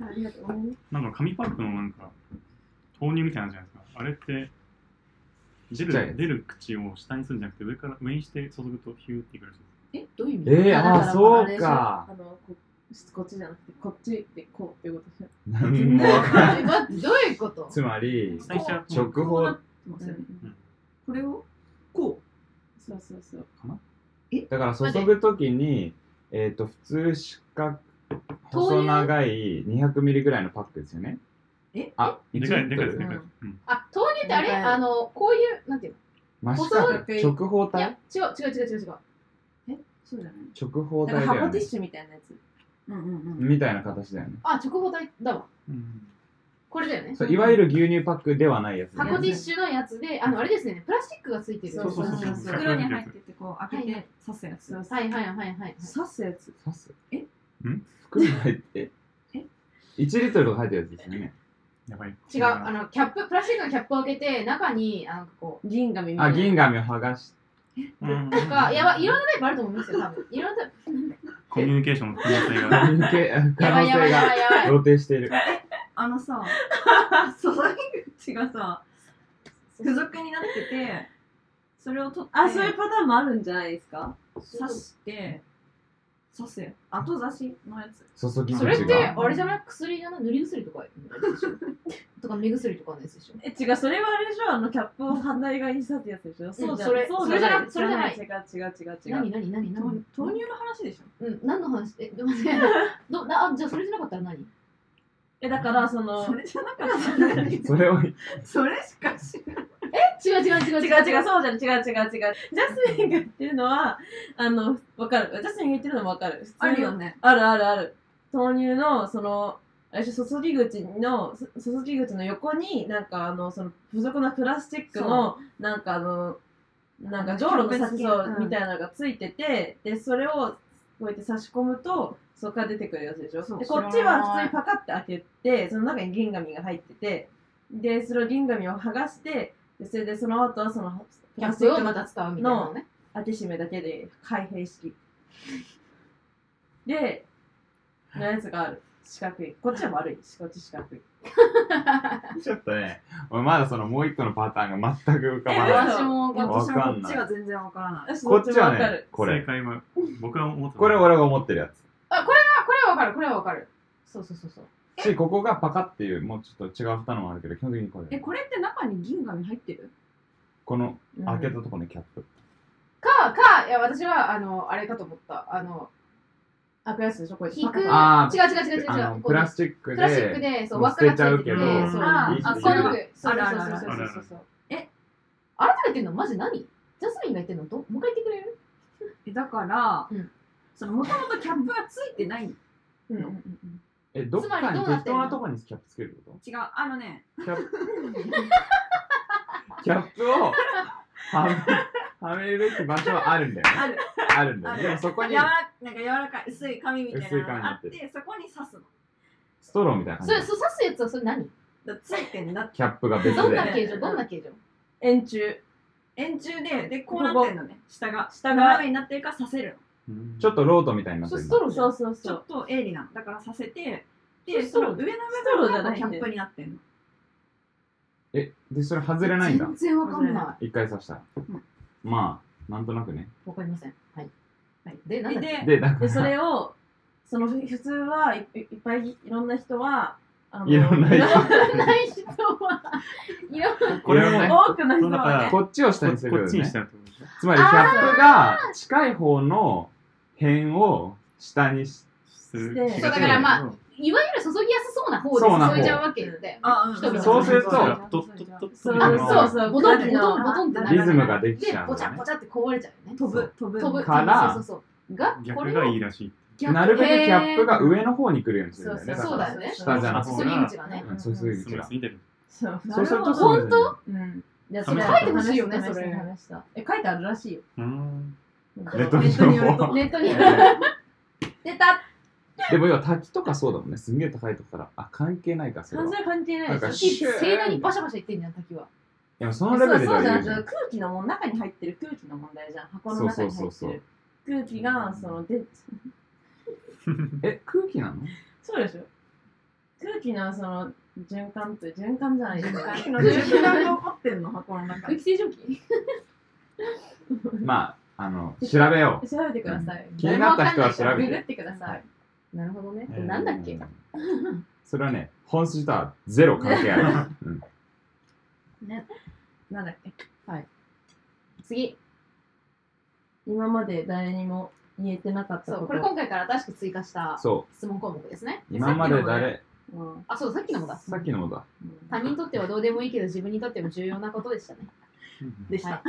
Speaker 4: ありがとうございます。
Speaker 3: なんか紙パックのなんか、豆乳みたいなのあるじゃないですか。あれって、出
Speaker 5: ちっちゃいや
Speaker 3: る
Speaker 5: つ
Speaker 3: 出る口を下にするんじゃなくて、上から上にして注ぐとヒューっていくらしいです。
Speaker 2: え、どういう意味
Speaker 5: えー、あ
Speaker 4: だ
Speaker 5: ー
Speaker 4: ら
Speaker 5: そうか
Speaker 4: あのここっちじゃなくてこっちでこうっていうことでし
Speaker 5: なんもわかんない
Speaker 2: 待って、どういうこと
Speaker 5: つまり
Speaker 3: 下にしちゃうと
Speaker 5: 直
Speaker 6: こうな
Speaker 5: 方
Speaker 6: ってます
Speaker 4: ょ。
Speaker 6: よね。
Speaker 3: うん
Speaker 6: これを、こ
Speaker 4: そうそうそう。
Speaker 5: だから注ぐときに、えっ、と、普通四角、細長い200ミリぐらいのパックですよね。
Speaker 6: え
Speaker 5: あ、
Speaker 3: で
Speaker 5: 1
Speaker 3: かい、
Speaker 5: リ
Speaker 3: で
Speaker 5: ッ
Speaker 3: か
Speaker 5: ト
Speaker 3: いです、
Speaker 5: ル
Speaker 3: でかいです。うん。
Speaker 2: あ、豆乳ってあれ
Speaker 6: なんか
Speaker 2: あの、こういう、なんていう
Speaker 5: 真四
Speaker 2: 細
Speaker 6: い
Speaker 5: 角、直方
Speaker 2: のいや
Speaker 5: 体、
Speaker 2: 違う違う違う違う違う。
Speaker 6: う。そうじゃない
Speaker 5: 直方
Speaker 4: だから
Speaker 5: 体だよ
Speaker 4: 箱ティ
Speaker 5: ね
Speaker 4: ッ。シュみたいなやつ。
Speaker 6: うんうんうん。
Speaker 5: みたいな形だよね。
Speaker 2: あ、直方体だわ。
Speaker 3: うん
Speaker 2: これだよね。
Speaker 5: そういわゆる牛乳パックではないやつ、ね。
Speaker 2: 箱ティッシュのやつで、あの、あれですね、プラスチックがついてる。
Speaker 4: そうそうそうそう
Speaker 6: 袋に入ってて、こう、開け
Speaker 2: は
Speaker 6: て、刺すやつ。
Speaker 4: そうそう。
Speaker 2: はいはいはいはいはい。
Speaker 4: 刺すやつ。
Speaker 5: 刺す。
Speaker 6: え
Speaker 5: ん袋に入って。
Speaker 6: え
Speaker 5: ?1 リットルが入ってるやつですよね。
Speaker 3: やばい。
Speaker 2: 違う、あの、キャップ、プラスチックのキャップを開けて、中に、あの、こ
Speaker 4: 銀紙みたい
Speaker 5: あ、
Speaker 4: な。
Speaker 5: 銀紙を剥がし
Speaker 3: うん
Speaker 2: う、なんか、やばい、いろんなタイプあると思いますよ、多分。いろんなタイプ。
Speaker 3: コミュニケーションの可能性
Speaker 5: て、
Speaker 3: が。
Speaker 5: 抜け
Speaker 2: や
Speaker 5: 可
Speaker 2: ば
Speaker 5: 能
Speaker 2: いやば
Speaker 5: 性
Speaker 2: いやば
Speaker 5: が
Speaker 2: いやばい。
Speaker 5: 露呈している。
Speaker 6: あのさ、 注ぎ口がさ、付属になってて、それを取って、
Speaker 4: あ、そういうパターンもあるんじゃないですか
Speaker 6: 刺して、蘇生後差しのやつ
Speaker 5: 注ぎ
Speaker 2: それっ
Speaker 5: 口
Speaker 2: て
Speaker 5: が
Speaker 2: あれじゃない薬じゃない塗り薬とかでしょとか塗り薬とかのやつでしょ
Speaker 4: え、違う、それはあれでしょあの、キャップを反対側にしたってやつでしょそうじゃ
Speaker 2: それ
Speaker 4: そうじゃない。
Speaker 2: それじゃない
Speaker 4: 違う違う違う違う。
Speaker 2: 何何何
Speaker 6: 豆
Speaker 2: 何
Speaker 6: 豆乳の話でしょ
Speaker 2: うん何の話えでもね どなあじゃあそれじゃなかったら何
Speaker 4: え、だから、その、
Speaker 6: それじゃなかった ね
Speaker 5: それを
Speaker 6: それしかしない
Speaker 2: 違う違う違う
Speaker 4: 違う違う、そうじゃん、違う違う違う。ジャスミンが言ってるのは、あの、わかる。ジャスミンが言ってるのもわかる。普通の
Speaker 6: あるよ。ね
Speaker 4: あるあるある。豆乳の、その、あれでしょ注ぎ口の、そ注ぎ口の横に、なんかあの、その、付属のプラスチックの、なんかあの、なんか、じょうろの先
Speaker 6: キャ
Speaker 4: そう
Speaker 6: ベツ
Speaker 4: みたいなのがついてて、で、それを、こうやって差し込むと、そこから出てくるやつでし
Speaker 6: そ
Speaker 4: ょ。
Speaker 6: う
Speaker 4: で、こっちは普通にパカッて開けて、その中に銀紙が入ってて、で、その銀紙を剥がして、でそれでその後はその、プ
Speaker 2: キャ
Speaker 4: ラ
Speaker 2: ッ
Speaker 4: スチ
Speaker 2: プ
Speaker 4: ッ
Speaker 2: を
Speaker 4: ク
Speaker 2: ま
Speaker 4: の
Speaker 2: た使うみたいなね
Speaker 4: 当て締めだけで開閉式でのやつがある四角いこっちは悪いこっち四角い
Speaker 5: ちょっとね俺まだそのもう一個のパターンが全く浮かば
Speaker 4: え
Speaker 5: ない
Speaker 4: わ
Speaker 6: 私も
Speaker 5: わ
Speaker 6: 私も
Speaker 5: か
Speaker 6: こ
Speaker 5: んない
Speaker 6: っちは全然わからない
Speaker 4: 私
Speaker 5: こっ
Speaker 4: ど
Speaker 5: ちは
Speaker 4: っちもわか
Speaker 5: ね
Speaker 4: る
Speaker 5: こ
Speaker 3: 正
Speaker 5: れ
Speaker 3: 解は僕は思ってた
Speaker 5: これ俺が思ってるや
Speaker 2: あこれはわかるこれはわかるそうそうそうそう
Speaker 5: つしここがパカっていうもうちょっと違う蓋のもあるけど基本的にこ
Speaker 6: え
Speaker 5: れ
Speaker 6: これって中に銀紙入ってる
Speaker 5: この
Speaker 4: うん
Speaker 5: 開けたとこのキャップ
Speaker 2: かかいや私はあのあれかと思ったあの
Speaker 4: 開くやつでしょこれ
Speaker 2: 引く
Speaker 4: パカ
Speaker 5: あー
Speaker 2: 違う違う違う違う
Speaker 5: あ
Speaker 2: 違
Speaker 5: の
Speaker 2: う
Speaker 5: プラスチッ
Speaker 2: プ
Speaker 5: ク
Speaker 2: ラスチック
Speaker 5: で
Speaker 2: でそう
Speaker 5: もう
Speaker 2: 輪っかがついててそ
Speaker 5: 捨
Speaker 2: う
Speaker 6: ち
Speaker 5: て
Speaker 6: ゃうけどあ
Speaker 2: あ
Speaker 6: ー
Speaker 2: この
Speaker 5: あ
Speaker 2: 具そうそうそうそ
Speaker 6: あ
Speaker 3: るあ
Speaker 2: う
Speaker 3: る
Speaker 2: そうそうそう
Speaker 6: え
Speaker 2: あなたが言ってるのマジ何ジャスミンが言ってるのどもう一回言ってくれる
Speaker 6: えだから、
Speaker 2: うん
Speaker 6: そのもともとキャップがついてない
Speaker 4: うんうん
Speaker 5: えどっか
Speaker 2: つまりど
Speaker 5: に
Speaker 2: うなっ
Speaker 5: 適
Speaker 2: てんの
Speaker 5: 当なとこにキャップつけるってこと
Speaker 6: 違うあのね
Speaker 5: キャップキャップをはめはめるべき場所はあるんだよね
Speaker 6: ある
Speaker 5: あるんだ
Speaker 6: ある
Speaker 5: よねでもそこに
Speaker 6: やわらなんか柔らかい薄い紙みたいな
Speaker 5: 薄い
Speaker 6: の
Speaker 5: 紙に
Speaker 6: があ
Speaker 5: な
Speaker 6: っ
Speaker 5: って
Speaker 6: て
Speaker 5: る
Speaker 6: そこに刺すの
Speaker 5: ストローみたいな感
Speaker 2: そ
Speaker 5: じ
Speaker 2: れそう刺すやつはそれ何
Speaker 6: だからついてんだって
Speaker 5: キャップが別
Speaker 2: どん
Speaker 5: で
Speaker 2: な形状どんな形状
Speaker 4: 円柱
Speaker 6: 円柱ででこうなってんのね下が
Speaker 4: 下
Speaker 6: 斜
Speaker 4: が
Speaker 6: めになってるから刺せる
Speaker 3: うん
Speaker 5: ちょっとロートみたいになって
Speaker 2: そう
Speaker 5: る
Speaker 2: ス
Speaker 5: ん
Speaker 2: ト
Speaker 5: だ
Speaker 2: ローじゃん
Speaker 4: そうそう
Speaker 6: のち
Speaker 4: そ
Speaker 6: ょ
Speaker 4: う
Speaker 6: っと鋭利なのだから刺せて
Speaker 2: そ
Speaker 6: で
Speaker 2: れス
Speaker 6: そ
Speaker 2: ト
Speaker 6: の
Speaker 2: ロー
Speaker 6: 上の部
Speaker 4: ストローじゃ
Speaker 6: 分
Speaker 4: な
Speaker 6: が
Speaker 4: い
Speaker 6: キ
Speaker 4: ん
Speaker 6: ャ
Speaker 4: だよ
Speaker 6: ップになってんの
Speaker 5: えでそれ外れないんだ
Speaker 2: 全然わかんな
Speaker 5: 一回刺したら
Speaker 6: うん
Speaker 5: まあなんとなくね
Speaker 2: いわかりませんはい、はい、でなんだっけ
Speaker 4: で
Speaker 5: でだか
Speaker 4: でそ
Speaker 5: ら
Speaker 4: れをそのふ普通はいいっぱいいろんな人はあの
Speaker 5: いろんな人
Speaker 2: ない人はいろんな
Speaker 5: これもね
Speaker 4: 多くの人
Speaker 3: そうだか
Speaker 4: は
Speaker 3: ら
Speaker 4: ね
Speaker 5: こっちを下
Speaker 3: こ
Speaker 5: にする
Speaker 3: こ
Speaker 5: よ
Speaker 3: っちにし
Speaker 5: ね
Speaker 3: ちゃうってことでしょ
Speaker 5: つまりキャップが近い方の辺を下にし
Speaker 3: する
Speaker 4: し
Speaker 3: 気
Speaker 4: て
Speaker 2: そうだ
Speaker 3: がす
Speaker 2: から
Speaker 3: るん
Speaker 2: ま
Speaker 3: け
Speaker 2: あ
Speaker 3: ど
Speaker 2: いわゆる注ぎやすそうな方で
Speaker 5: そうな方
Speaker 2: 注いじゃうわけで
Speaker 6: あ
Speaker 2: 人々
Speaker 5: そうすると
Speaker 3: ドッドッドッ
Speaker 4: そう
Speaker 5: あの
Speaker 4: そうそう
Speaker 2: ボトンボ
Speaker 4: 火事
Speaker 2: トン
Speaker 4: の
Speaker 2: ボトンってなる
Speaker 5: リズムができ
Speaker 2: で
Speaker 5: ちゃう
Speaker 2: ポ
Speaker 5: の
Speaker 2: チャ
Speaker 5: ね
Speaker 2: ポチャってこぼれちゃうよね
Speaker 6: 飛ぶ飛ぶ
Speaker 2: 飛ぶ
Speaker 5: から
Speaker 2: そうそうそうがこ
Speaker 3: 逆
Speaker 2: れ
Speaker 3: が
Speaker 2: を
Speaker 3: いいらしい。
Speaker 2: 逆
Speaker 5: なるべくキャップが
Speaker 2: へー
Speaker 5: 上の方に来るようにす
Speaker 2: そ
Speaker 5: るん
Speaker 2: う
Speaker 5: だよ
Speaker 2: そ
Speaker 5: ね
Speaker 2: う
Speaker 5: だ
Speaker 2: そう
Speaker 5: か
Speaker 2: だよね
Speaker 5: ら下じゃなく
Speaker 3: そ
Speaker 5: て
Speaker 3: う
Speaker 2: 注ぎ口がね
Speaker 5: うんそうそういう
Speaker 3: す
Speaker 5: 道
Speaker 3: ごい
Speaker 5: が
Speaker 3: ついてる。
Speaker 4: そう
Speaker 5: そうすると
Speaker 2: なるほど
Speaker 5: そうだよね
Speaker 4: うんいや
Speaker 3: それ
Speaker 4: は
Speaker 3: 書いて
Speaker 2: ほしいよね
Speaker 4: 試た
Speaker 2: それ
Speaker 4: 試したえ書いてあるらしいよ
Speaker 3: うん。
Speaker 5: ネット
Speaker 6: ネ
Speaker 5: に
Speaker 6: ットによると
Speaker 2: ネットに
Speaker 6: 出た
Speaker 5: でも要は滝とかそうだもんねすんげえ高いとこからあ関係ないかそれは
Speaker 4: 完全関係ない
Speaker 5: なんか
Speaker 4: でしょ
Speaker 5: シュー
Speaker 2: 盛大にバシャバシャいってんじゃん滝は
Speaker 5: でもそ
Speaker 4: そう
Speaker 5: のレベルで
Speaker 4: そう
Speaker 5: は
Speaker 4: じゃ
Speaker 5: 言
Speaker 4: なくて
Speaker 5: うじゃん
Speaker 4: 空気のも中に入ってる空気の問題じゃん箱の中に
Speaker 5: そ
Speaker 4: 入
Speaker 5: う
Speaker 4: って
Speaker 5: そうそうそう
Speaker 4: る空気がそので
Speaker 5: え空気なの
Speaker 4: そうでしょ空気のその循環という循環じゃないですか
Speaker 6: の循環が起こってんの箱の中
Speaker 2: 空
Speaker 6: に
Speaker 2: 気清浄機
Speaker 5: まああの調べよう
Speaker 4: 調べてください
Speaker 5: 気になった人は調べて
Speaker 4: ググってください
Speaker 2: なるほどねなんだっけ
Speaker 5: うんそれはね本筋とはゼロ関係ある、うん
Speaker 6: なんだっけ
Speaker 2: 次
Speaker 4: 今まで誰にも言えてなかった
Speaker 2: そ
Speaker 4: こ
Speaker 2: う
Speaker 4: と
Speaker 2: これ今回から新しく追加した
Speaker 5: そ
Speaker 2: 質問項目ですね
Speaker 5: う今まで誰
Speaker 4: うん
Speaker 2: あそうさっきのもだ
Speaker 5: さっきのもだ
Speaker 2: 他人にとってはどうでもいいけど自分にとっても重要なことでしたね
Speaker 6: でした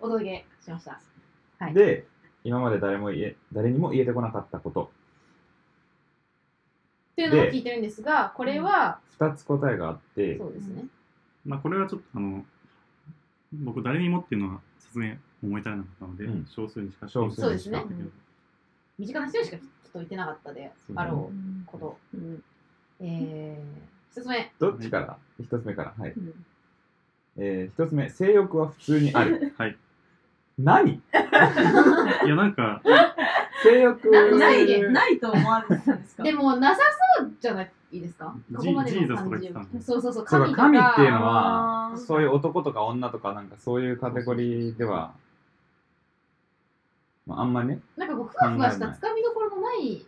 Speaker 2: お届けしましたはい
Speaker 5: で今まで誰も言え誰にも言えてこなかったこと
Speaker 2: というのを聞いてるんですがこれは
Speaker 5: 2つ答えがあって
Speaker 2: そうですね
Speaker 3: まあこれはちょっとあの、僕誰にもっていうのはさすがに思い足らなかったので
Speaker 5: うん、
Speaker 3: 少数にしか
Speaker 5: 少数
Speaker 2: にしか
Speaker 3: 少数にし
Speaker 2: 身近な人にしかきっと言ってなかったであろうこと
Speaker 4: うん
Speaker 2: えー、1つ目
Speaker 5: どっちから1つ目からはい、
Speaker 4: うん
Speaker 5: えー、1つ目性欲は普通に ある
Speaker 3: はい
Speaker 5: 何
Speaker 3: だけどいやなんか、
Speaker 5: 性欲
Speaker 2: なないで
Speaker 4: ないと思われてたん ですか
Speaker 2: でもなさそうじゃないですか
Speaker 3: ジ
Speaker 2: ここまで
Speaker 3: ジーザ
Speaker 2: の
Speaker 3: スとか
Speaker 2: 感
Speaker 3: 言
Speaker 2: じ
Speaker 3: ってたもんね
Speaker 2: そうそうそう
Speaker 5: そ
Speaker 2: 神
Speaker 5: うか
Speaker 2: と
Speaker 5: 神っていうの
Speaker 2: か
Speaker 5: は
Speaker 4: あー
Speaker 5: そういう男とか女とかなんかそういうカテゴリーではまあ、あんまね、
Speaker 2: なんかこう、ふわふわした
Speaker 5: 考えない
Speaker 2: つかみどころのない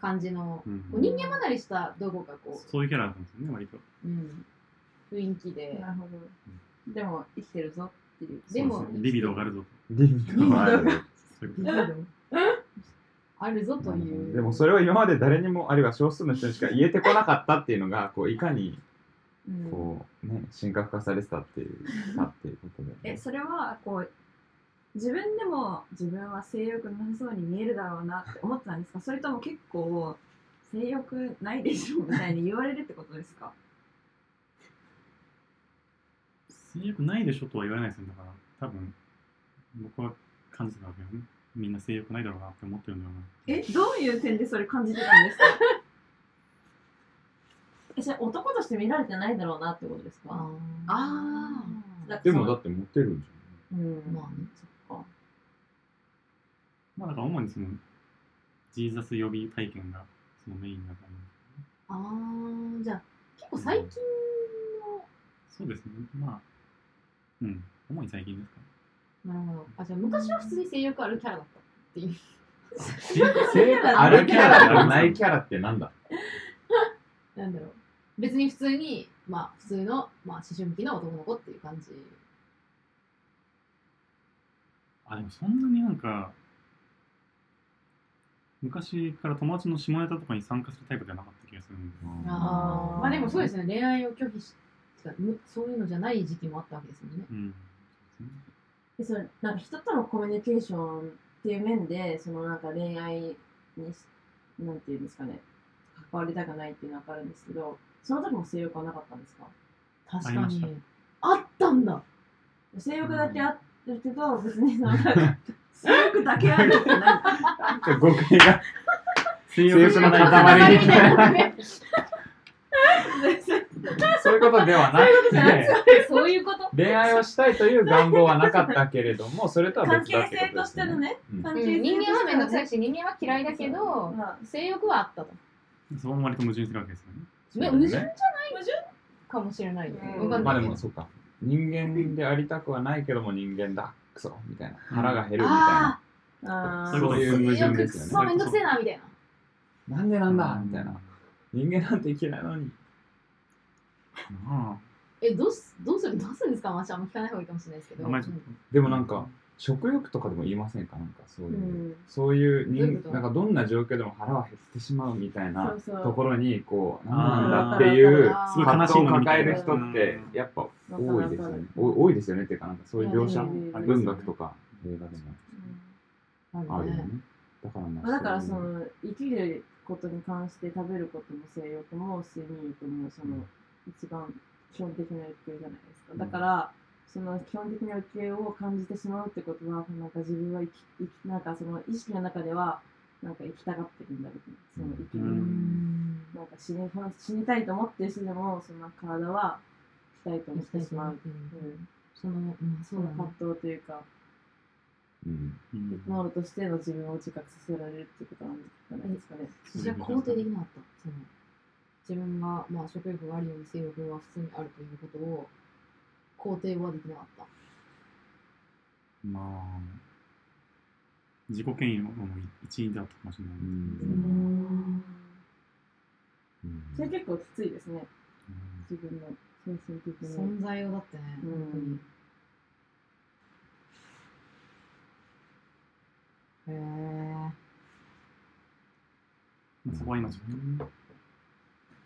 Speaker 2: 感じの、
Speaker 5: うん
Speaker 2: こう人間離れしたどこかこ
Speaker 3: そういうキャラなんですよね、割と。
Speaker 2: う、うん、雰囲気で、
Speaker 4: なるほど。でも、生きてるぞっていう。
Speaker 2: でも
Speaker 3: そうそうリビドーがあるぞ。
Speaker 5: リビドがある
Speaker 3: そういうこ
Speaker 2: あるぞという。
Speaker 5: でもそれを今まで誰にもあるいは少数の人にしか言えてこなかったっていうのがこういかに
Speaker 4: うん
Speaker 5: こう、ね、神格化されてたっていうさっていうことで、
Speaker 6: えそれはこう自分でも自分は性欲なさそうに見えるだろうなって思ってたんですかそれとも結構性欲ないでしょみたいに言われるってことですか
Speaker 3: と性欲ないでしょとは言われないですよ。だから、多分、僕は感じてたわけよね。みんな性欲ないだろうなって思ってるんだろうな。
Speaker 6: えどういう点でそれ感じてたんですか
Speaker 4: え、それ男として見られてないだろうなってことですか
Speaker 2: あー
Speaker 4: だって
Speaker 5: で
Speaker 4: そ
Speaker 5: も
Speaker 4: の
Speaker 5: だってモテるんじ
Speaker 4: うん。
Speaker 2: まあね、そっか。
Speaker 3: まあ、だから主にその、ジーザス予備体験がそのメインだと思
Speaker 2: あ
Speaker 3: う。
Speaker 2: ーじゃあ、結構最近
Speaker 3: そうですね。まあ、うん、主に最近ですか。
Speaker 2: の、なるほど。あ、じゃあ昔は普通に性欲あるキャラだった。
Speaker 5: ゃない性
Speaker 4: ラ
Speaker 5: あるキャラとないキャラってなんだ
Speaker 2: なんだろう。別に普通に、まあ、普通の、まあ、思春期の男の子っていう感じ。
Speaker 3: あ、でもそんなになんか、昔から友達の下ネタとかに参加するタイプではなかった気がするんで。
Speaker 2: あまあでもそうですね、恋愛を拒否し、てかむそういうのじゃない時期もあったわけですもんね。
Speaker 3: うん。
Speaker 4: でそれなんか人とのコミュニケーションっていう面でそのなんか恋愛にしなんていうんですかね関わりたくないっていうのは分かるんですけどその時も性欲はなかったんですか
Speaker 2: 確
Speaker 3: あ
Speaker 2: か
Speaker 3: りま
Speaker 2: に。あったんだ
Speaker 4: 性欲だけあるけど、別にそのなんか
Speaker 6: 性欲だけあるってなんか
Speaker 5: なんか誤解が
Speaker 3: 性
Speaker 5: 欲
Speaker 3: 欲
Speaker 5: じ
Speaker 3: じ
Speaker 5: ゃ
Speaker 3: ゃ
Speaker 5: な
Speaker 3: ないい
Speaker 5: 塊みたいな
Speaker 2: ね。
Speaker 5: そういうことではなくて
Speaker 2: そういうこと
Speaker 5: 恋愛をしたいという願望はなかったけれどもそれとは
Speaker 4: 関
Speaker 5: 別だ
Speaker 4: 係
Speaker 5: って
Speaker 4: 性と
Speaker 5: ことで
Speaker 4: し
Speaker 5: す
Speaker 4: て
Speaker 5: よ
Speaker 4: の
Speaker 5: ね
Speaker 4: ね
Speaker 5: うん
Speaker 4: 関係性としての
Speaker 2: 人
Speaker 4: ね、
Speaker 2: 間はめんどくさいし、人間は嫌いだけど、
Speaker 4: まあ
Speaker 2: 性欲はあったと。
Speaker 3: そこも割と矛盾してるわけですよね。
Speaker 2: ね、
Speaker 5: そう
Speaker 2: 矛盾
Speaker 5: ね
Speaker 2: じゃないかもしれないね。
Speaker 4: うん
Speaker 2: わかん
Speaker 5: ま
Speaker 2: な
Speaker 5: あ
Speaker 2: い
Speaker 5: で
Speaker 2: け
Speaker 5: も
Speaker 2: ど。
Speaker 5: そうか人間でありたくはないけども人間だクソみたいな腹が減るみたいな
Speaker 2: あ
Speaker 4: あ
Speaker 3: そういうこ
Speaker 5: そ
Speaker 3: と
Speaker 5: う
Speaker 3: で
Speaker 2: 性欲
Speaker 3: す
Speaker 5: いう矛盾で
Speaker 2: く
Speaker 5: す
Speaker 2: そ
Speaker 5: よね
Speaker 2: めんどくせえな、みたいな。
Speaker 5: なんでなんだみたいな人間なんて嫌いなのに
Speaker 3: ま
Speaker 2: え、どうす、どうする、どうするんですか私あんま聞かない方がいいかもしれないですけ
Speaker 3: あ、
Speaker 2: ど。
Speaker 3: あんまりちょっ
Speaker 2: う
Speaker 3: と
Speaker 2: ん。
Speaker 5: でもなんか食欲とかでも言いませんかなんかそ
Speaker 4: う
Speaker 5: ういう、
Speaker 4: ん、
Speaker 5: そういう
Speaker 2: どういうこ
Speaker 5: 人
Speaker 2: と
Speaker 5: なんかどんな状況でも腹は減ってしまうみたいな
Speaker 4: そうそう
Speaker 5: ところにこう
Speaker 3: あー
Speaker 5: なんだっていう
Speaker 2: あー
Speaker 3: すごい
Speaker 5: 葛
Speaker 3: 悲し
Speaker 5: 藤
Speaker 3: い
Speaker 5: を
Speaker 3: の見て
Speaker 5: 抱える人ってやっぱ多いですよね
Speaker 4: うん
Speaker 5: お多いですよねっていうかなんかそういう描
Speaker 2: う
Speaker 5: 写
Speaker 2: ん
Speaker 3: ありますよね
Speaker 5: 文学とか映画で
Speaker 2: なる
Speaker 5: も
Speaker 2: ほ
Speaker 5: あ
Speaker 2: ど
Speaker 5: るよね
Speaker 2: ね。
Speaker 5: だからま
Speaker 4: まあだからその生きることに関して食べることも性欲も睡眠欲もその一番基本的な欲求じゃないですか、だからその基本的な欲求を感じてしまうってことはなんか自分は生き生きなんかその意識の中ではなんか生きたがってるんだみたいなその生きる、
Speaker 3: う
Speaker 2: うんん。
Speaker 4: なんか死に死にたいと思ってる人でもその体は生きたいと思ってしまう、うん、
Speaker 2: その、うん、そ
Speaker 4: そ
Speaker 2: う
Speaker 4: の
Speaker 2: だね。
Speaker 4: 葛藤というか
Speaker 5: うん
Speaker 3: うん
Speaker 4: 生き物としての自分を自覚させられるっていうことなんじゃないですかね、
Speaker 2: 私は肯定できなかった。その自分が、まあ、食欲があるように性欲は普通にあるということを肯定はできなかった。
Speaker 3: まあ、自己嫌悪の一員だったかもしれない。
Speaker 5: う
Speaker 2: うんん。
Speaker 5: うん
Speaker 4: それ結構きついですね自分の精神的に。
Speaker 2: 存在をだってね、
Speaker 4: うん
Speaker 2: 本当に。へえ。
Speaker 3: まあ、そこは今ちょっと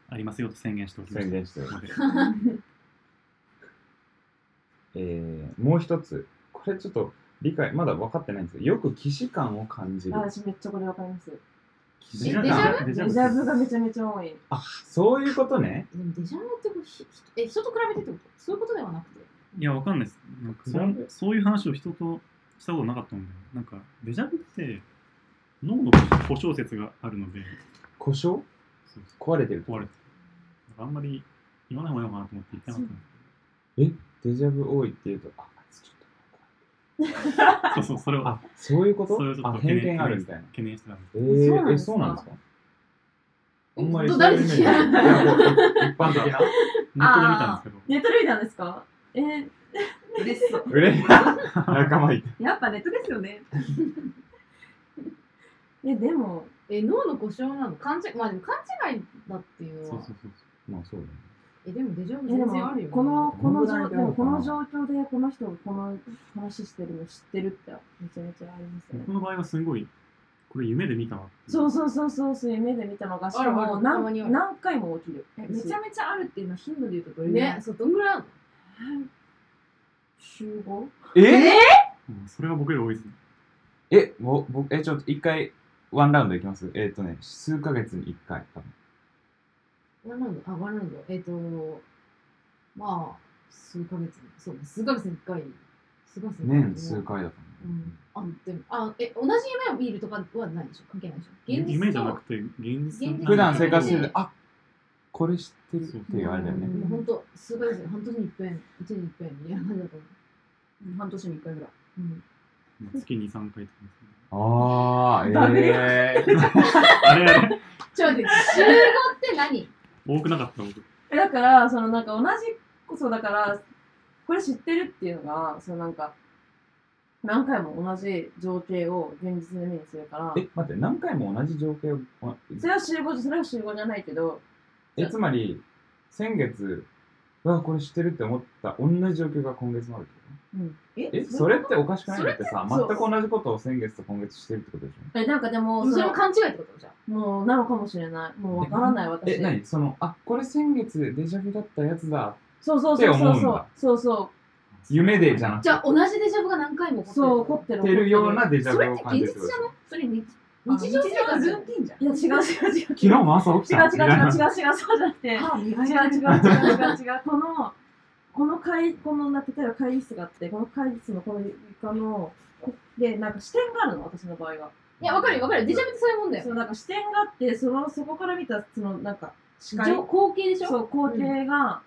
Speaker 3: ありますよと宣言しておきました。
Speaker 5: 宣言しておき
Speaker 3: る
Speaker 5: ま
Speaker 3: は
Speaker 5: えーもう一つこれちょっと理解まだ分かってないんですけどよく既視感を感じる
Speaker 4: あ、私めっちゃこれわかります。
Speaker 3: い
Speaker 2: え
Speaker 4: デ
Speaker 3: デ
Speaker 4: ジ
Speaker 3: ジ
Speaker 4: ャ
Speaker 3: ャ
Speaker 4: ブ
Speaker 3: ブ
Speaker 4: がめちゃめちゃ多い。
Speaker 5: あそういうことね
Speaker 2: でもデジャブってこうひひえ人と比べてってことそういうことではなくて。
Speaker 3: いや、わかんないです。なんかそんそういう話を人としたことなかったんで、なんか、デジャブって脳の故障説があるので、
Speaker 5: 故障
Speaker 3: そうそ
Speaker 5: 壊れてる
Speaker 3: う壊れてる。なんかあんまり言わない方がいいのかなと思って言ってなかったんです
Speaker 5: えデジャブ多いっていうとあちょ
Speaker 3: け
Speaker 5: っ
Speaker 3: ど。そうそう、それ
Speaker 5: と
Speaker 3: を
Speaker 5: あそういうこと
Speaker 3: それをちょっ
Speaker 5: あ
Speaker 3: と
Speaker 5: 偏見あるみたいな
Speaker 3: 懸念してたんです。
Speaker 5: え
Speaker 4: そうなん
Speaker 5: ー、
Speaker 4: ですか
Speaker 5: えそうなんですかあんま
Speaker 2: え
Speaker 5: り
Speaker 2: っと誰
Speaker 5: そういうイメージないやこう一般
Speaker 3: ネット
Speaker 5: 的な
Speaker 3: で見たんですけど、
Speaker 4: ネットで見たんですかえー、
Speaker 6: 嬉しそう
Speaker 5: うれしい仲間いて
Speaker 6: やっぱネットですよね
Speaker 4: え、でも、
Speaker 2: え、脳の故障なの勘違い、まあでも勘違いだっていうの
Speaker 3: そう
Speaker 2: は
Speaker 3: そうそう
Speaker 5: まあそうだね。
Speaker 2: え、でもデジャブ
Speaker 4: えで
Speaker 2: 全然あるよ、ね。
Speaker 4: もこのこの状
Speaker 5: 問題であるかな
Speaker 4: この状況でこの人がこの話してるの知ってるってめちゃめちゃありますね
Speaker 3: 僕。の場合はすごいこれ夢で見たわ
Speaker 4: そうそうそうそうそういう目で見たのがしか
Speaker 2: あるあ
Speaker 4: も
Speaker 2: るたまにある
Speaker 4: 何何回も起きる。
Speaker 6: えめちゃめちゃあるっていうのは頻度で言うとどれぐらい、
Speaker 2: ね、そう、どんぐらいあるの
Speaker 4: 集合
Speaker 5: え
Speaker 3: うんそれは僕より多いですね
Speaker 5: え、ぼ、僕、え、ちょっと一回、ワンラウンドいきますえっ、とね、数ヶ月に一回、多分。
Speaker 2: ワンラウンドあ、ワンラウンド。えっ、と、まあ、数ヶ月に、そうね、数ヶ月に一回、数ヶ月に一回。
Speaker 5: 年数回だと
Speaker 2: う
Speaker 5: 思う。
Speaker 2: ん。あ、でも、あ、え、同じ夢を見るとかはないでしょ関係ないでしょ現実と
Speaker 3: 夢じゃなくて現実
Speaker 2: 現実
Speaker 3: の
Speaker 2: と
Speaker 5: 普段生活して
Speaker 2: う
Speaker 5: て
Speaker 2: ん、
Speaker 5: あこれ知ってるっていうあれだよね。
Speaker 2: もうほんと、数ヶ月に、半年に一遍、一年に一遍、みたいな感じだと思う。
Speaker 6: うん半年に1回ぐらい
Speaker 2: うん。
Speaker 3: 月23回とかですね
Speaker 5: ああ、え
Speaker 4: ダメ
Speaker 5: えー。
Speaker 3: あれあれ
Speaker 2: ちょ、待って、集合って何
Speaker 3: 多くなかった僕
Speaker 4: えだからそのなんか同じこそだからこれ知ってるっていうのがそのなんか何回も同じ情景を現実の目にするから
Speaker 5: え、 待って、何回も同じ情景を。あ
Speaker 4: それは集合それは集合じゃないけど
Speaker 5: え、つまり、先月、うわ、これ知ってるって思った同じ状況が今月もあるってこ
Speaker 6: え
Speaker 5: とえ、それっておかしくないだってさ、全く同じことを先月と今月してるってことでしょ
Speaker 4: えなんかでも
Speaker 2: そ
Speaker 4: そ
Speaker 2: れ
Speaker 4: の
Speaker 2: も勘違いってことじゃん。
Speaker 4: もうなのかもしれないもうわからない私
Speaker 5: え、なにその、あ、これ先月デジャブだったやつだ。
Speaker 4: そうそうそうそうそうそうそう
Speaker 5: 夢でじゃなく
Speaker 2: じゃあ、同じデジャブが何回も起こってる
Speaker 4: そう怒ってる
Speaker 5: てるよう
Speaker 4: 怒
Speaker 5: な
Speaker 4: って
Speaker 5: デジャ
Speaker 2: それ
Speaker 5: ブ
Speaker 2: っ
Speaker 5: を
Speaker 2: て
Speaker 5: 感
Speaker 2: 現
Speaker 5: じ
Speaker 2: 実
Speaker 5: るってこと
Speaker 2: じゃないそれ
Speaker 5: でしょ
Speaker 2: 日
Speaker 6: あ
Speaker 2: 日常生
Speaker 6: 日
Speaker 2: 活
Speaker 6: 常ルーティンじゃん
Speaker 4: いや違う違う違う
Speaker 5: 昨日も朝起き
Speaker 4: 違う違う違う違う違う違う違う
Speaker 5: た
Speaker 4: じゃなくて
Speaker 6: あ、違う
Speaker 4: 違う違う違う違う違うこのこの会このな例えば会議室があってこの会議室のこの床のこでなんか視点があるの私の場合は、
Speaker 2: いや、わかるよわかるよ。デジャブってそういうもんだよ。
Speaker 4: そうなんか視点があってそのそこから見たそのなんか視界
Speaker 2: 情光景でし
Speaker 4: そ
Speaker 2: ょ
Speaker 4: う光景が、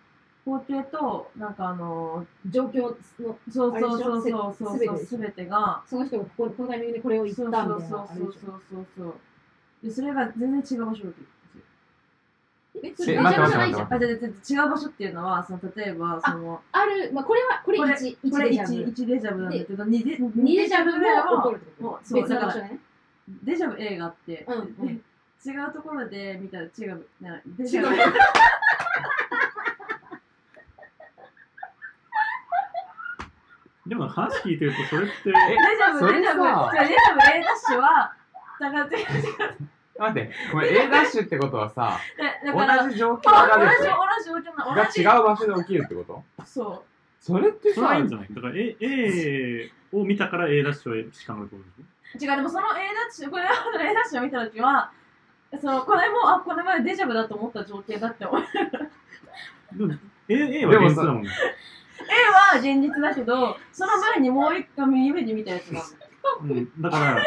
Speaker 4: 光景となんかあの
Speaker 2: 状況の、
Speaker 4: そうそう
Speaker 2: あれでし
Speaker 4: そ
Speaker 2: ょ
Speaker 4: うそうそう
Speaker 2: せ
Speaker 4: そう
Speaker 2: すべてでしょ
Speaker 4: 全てが
Speaker 2: その人がこここのタイミングでこれを言った
Speaker 4: そ
Speaker 2: み
Speaker 4: う
Speaker 2: た
Speaker 4: そ
Speaker 2: いな
Speaker 4: うそう
Speaker 2: あれ
Speaker 4: そ
Speaker 2: で
Speaker 4: う
Speaker 2: し
Speaker 4: そうそうそうでそれが全然違う場所だって
Speaker 2: ょえ、それデジャブじゃないじゃん。
Speaker 4: あじゃあじゃ
Speaker 5: え待って待って待って
Speaker 4: あ違う場所っていうのはその例えばその
Speaker 2: ある、まあ、これは、これ
Speaker 4: これ
Speaker 2: 1、1
Speaker 4: これ
Speaker 2: デジャ
Speaker 4: 1,
Speaker 2: ブ。
Speaker 4: 1デジャブなんだけど2デ
Speaker 2: 2デジャブ
Speaker 4: ぐら
Speaker 2: も
Speaker 4: い
Speaker 2: 起こ
Speaker 4: は
Speaker 2: るって
Speaker 4: も
Speaker 2: こ
Speaker 4: う
Speaker 2: と
Speaker 4: そう
Speaker 2: 別の場所でね。
Speaker 4: デジャブ A があって、
Speaker 2: うんうん
Speaker 4: で違うところで見たら違うなデジャブ
Speaker 2: 違
Speaker 3: でも話聞いてるとそれって
Speaker 4: デ
Speaker 5: え
Speaker 4: ジャブ
Speaker 5: それ
Speaker 4: デジャブ
Speaker 5: さ
Speaker 4: 違うデジャブ A ダッシュはだから違う違う
Speaker 5: 待って、これ A ダッシュってことはさ、
Speaker 4: だから
Speaker 5: 同じ状況
Speaker 4: あ
Speaker 5: がでしょ
Speaker 4: 同じ同じ同じ同
Speaker 5: が
Speaker 4: じ
Speaker 5: 違う場所で起きるってこと
Speaker 4: そう
Speaker 5: それって
Speaker 3: それは
Speaker 5: さ
Speaker 3: いいんじゃないだから A, A を見たから A ダッシュをしかなるってことでしょ
Speaker 4: 違うでもその A ダッシュこれは A ダッシュを見た時はそのこれもあこれまでデジャブだと思った情景だって思う
Speaker 3: でも A, A は現実だもんね。
Speaker 4: A は現実だけどその前にもう一回夢で見たやつが
Speaker 3: うん、だから、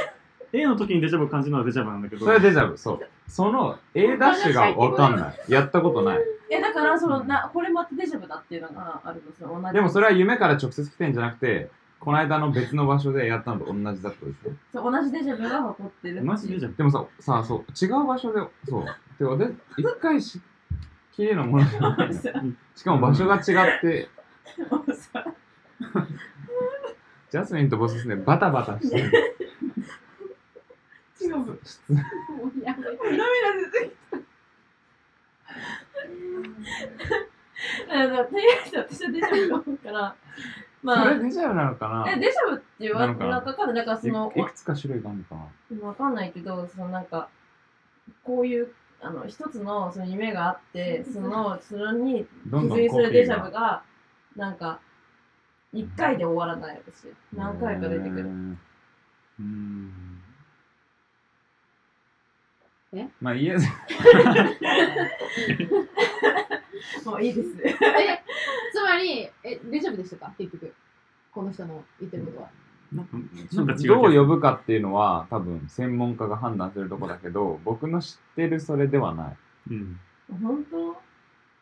Speaker 3: A の時にデジャブを感じるのはデジャブなんだけど、
Speaker 5: それはデジャブ、そう。その A ダッシュがわかんない。やったことない。
Speaker 4: えだからその
Speaker 3: うん
Speaker 4: なこれまたデジャブだっていうのがあるのその同じ
Speaker 5: でもそれは夢から直接来てんじゃなくて、この間の別の場所でやったのと同じだったでしょ
Speaker 4: そう同じデジャブが起こってる
Speaker 3: 同じデジャブ。
Speaker 5: でもさ、さあ、そう、違う場所で、そう。で、私、一回し、きれいなものじゃないのしかも場所が違って、ジャスミンとボスですね、バタバタしてる。
Speaker 4: 違う
Speaker 2: もうやばい
Speaker 4: 涙出てきた。だからとりあえず私はデジャブが多いから、
Speaker 5: そ
Speaker 4: まあ
Speaker 5: れ、デジャブなのかな
Speaker 4: えデジャブって言わ
Speaker 5: な
Speaker 4: れ
Speaker 5: のかな
Speaker 4: かかんない。だからその
Speaker 5: いいくつか種類があるのかな
Speaker 4: わかんないけど、そのなんか、こういう、あの、一つのその夢があって、その、それに
Speaker 5: どんどん
Speaker 4: 付随する
Speaker 5: コピ
Speaker 4: デ
Speaker 5: ー
Speaker 4: ジ
Speaker 5: が
Speaker 4: ャブが、なんか、一回で終わらない私。何回か出てくる。
Speaker 5: る
Speaker 3: うん。
Speaker 5: まあ家で
Speaker 4: もういいです。
Speaker 2: えつまり、え、デジャブでしたか結局。この人の言ってることは。
Speaker 3: なんか
Speaker 5: ど
Speaker 3: なんか違うけ
Speaker 5: う呼ぶかっていうのは多分専門家が判断するとこだけど僕の知ってるそれではない
Speaker 3: うん。
Speaker 4: 本当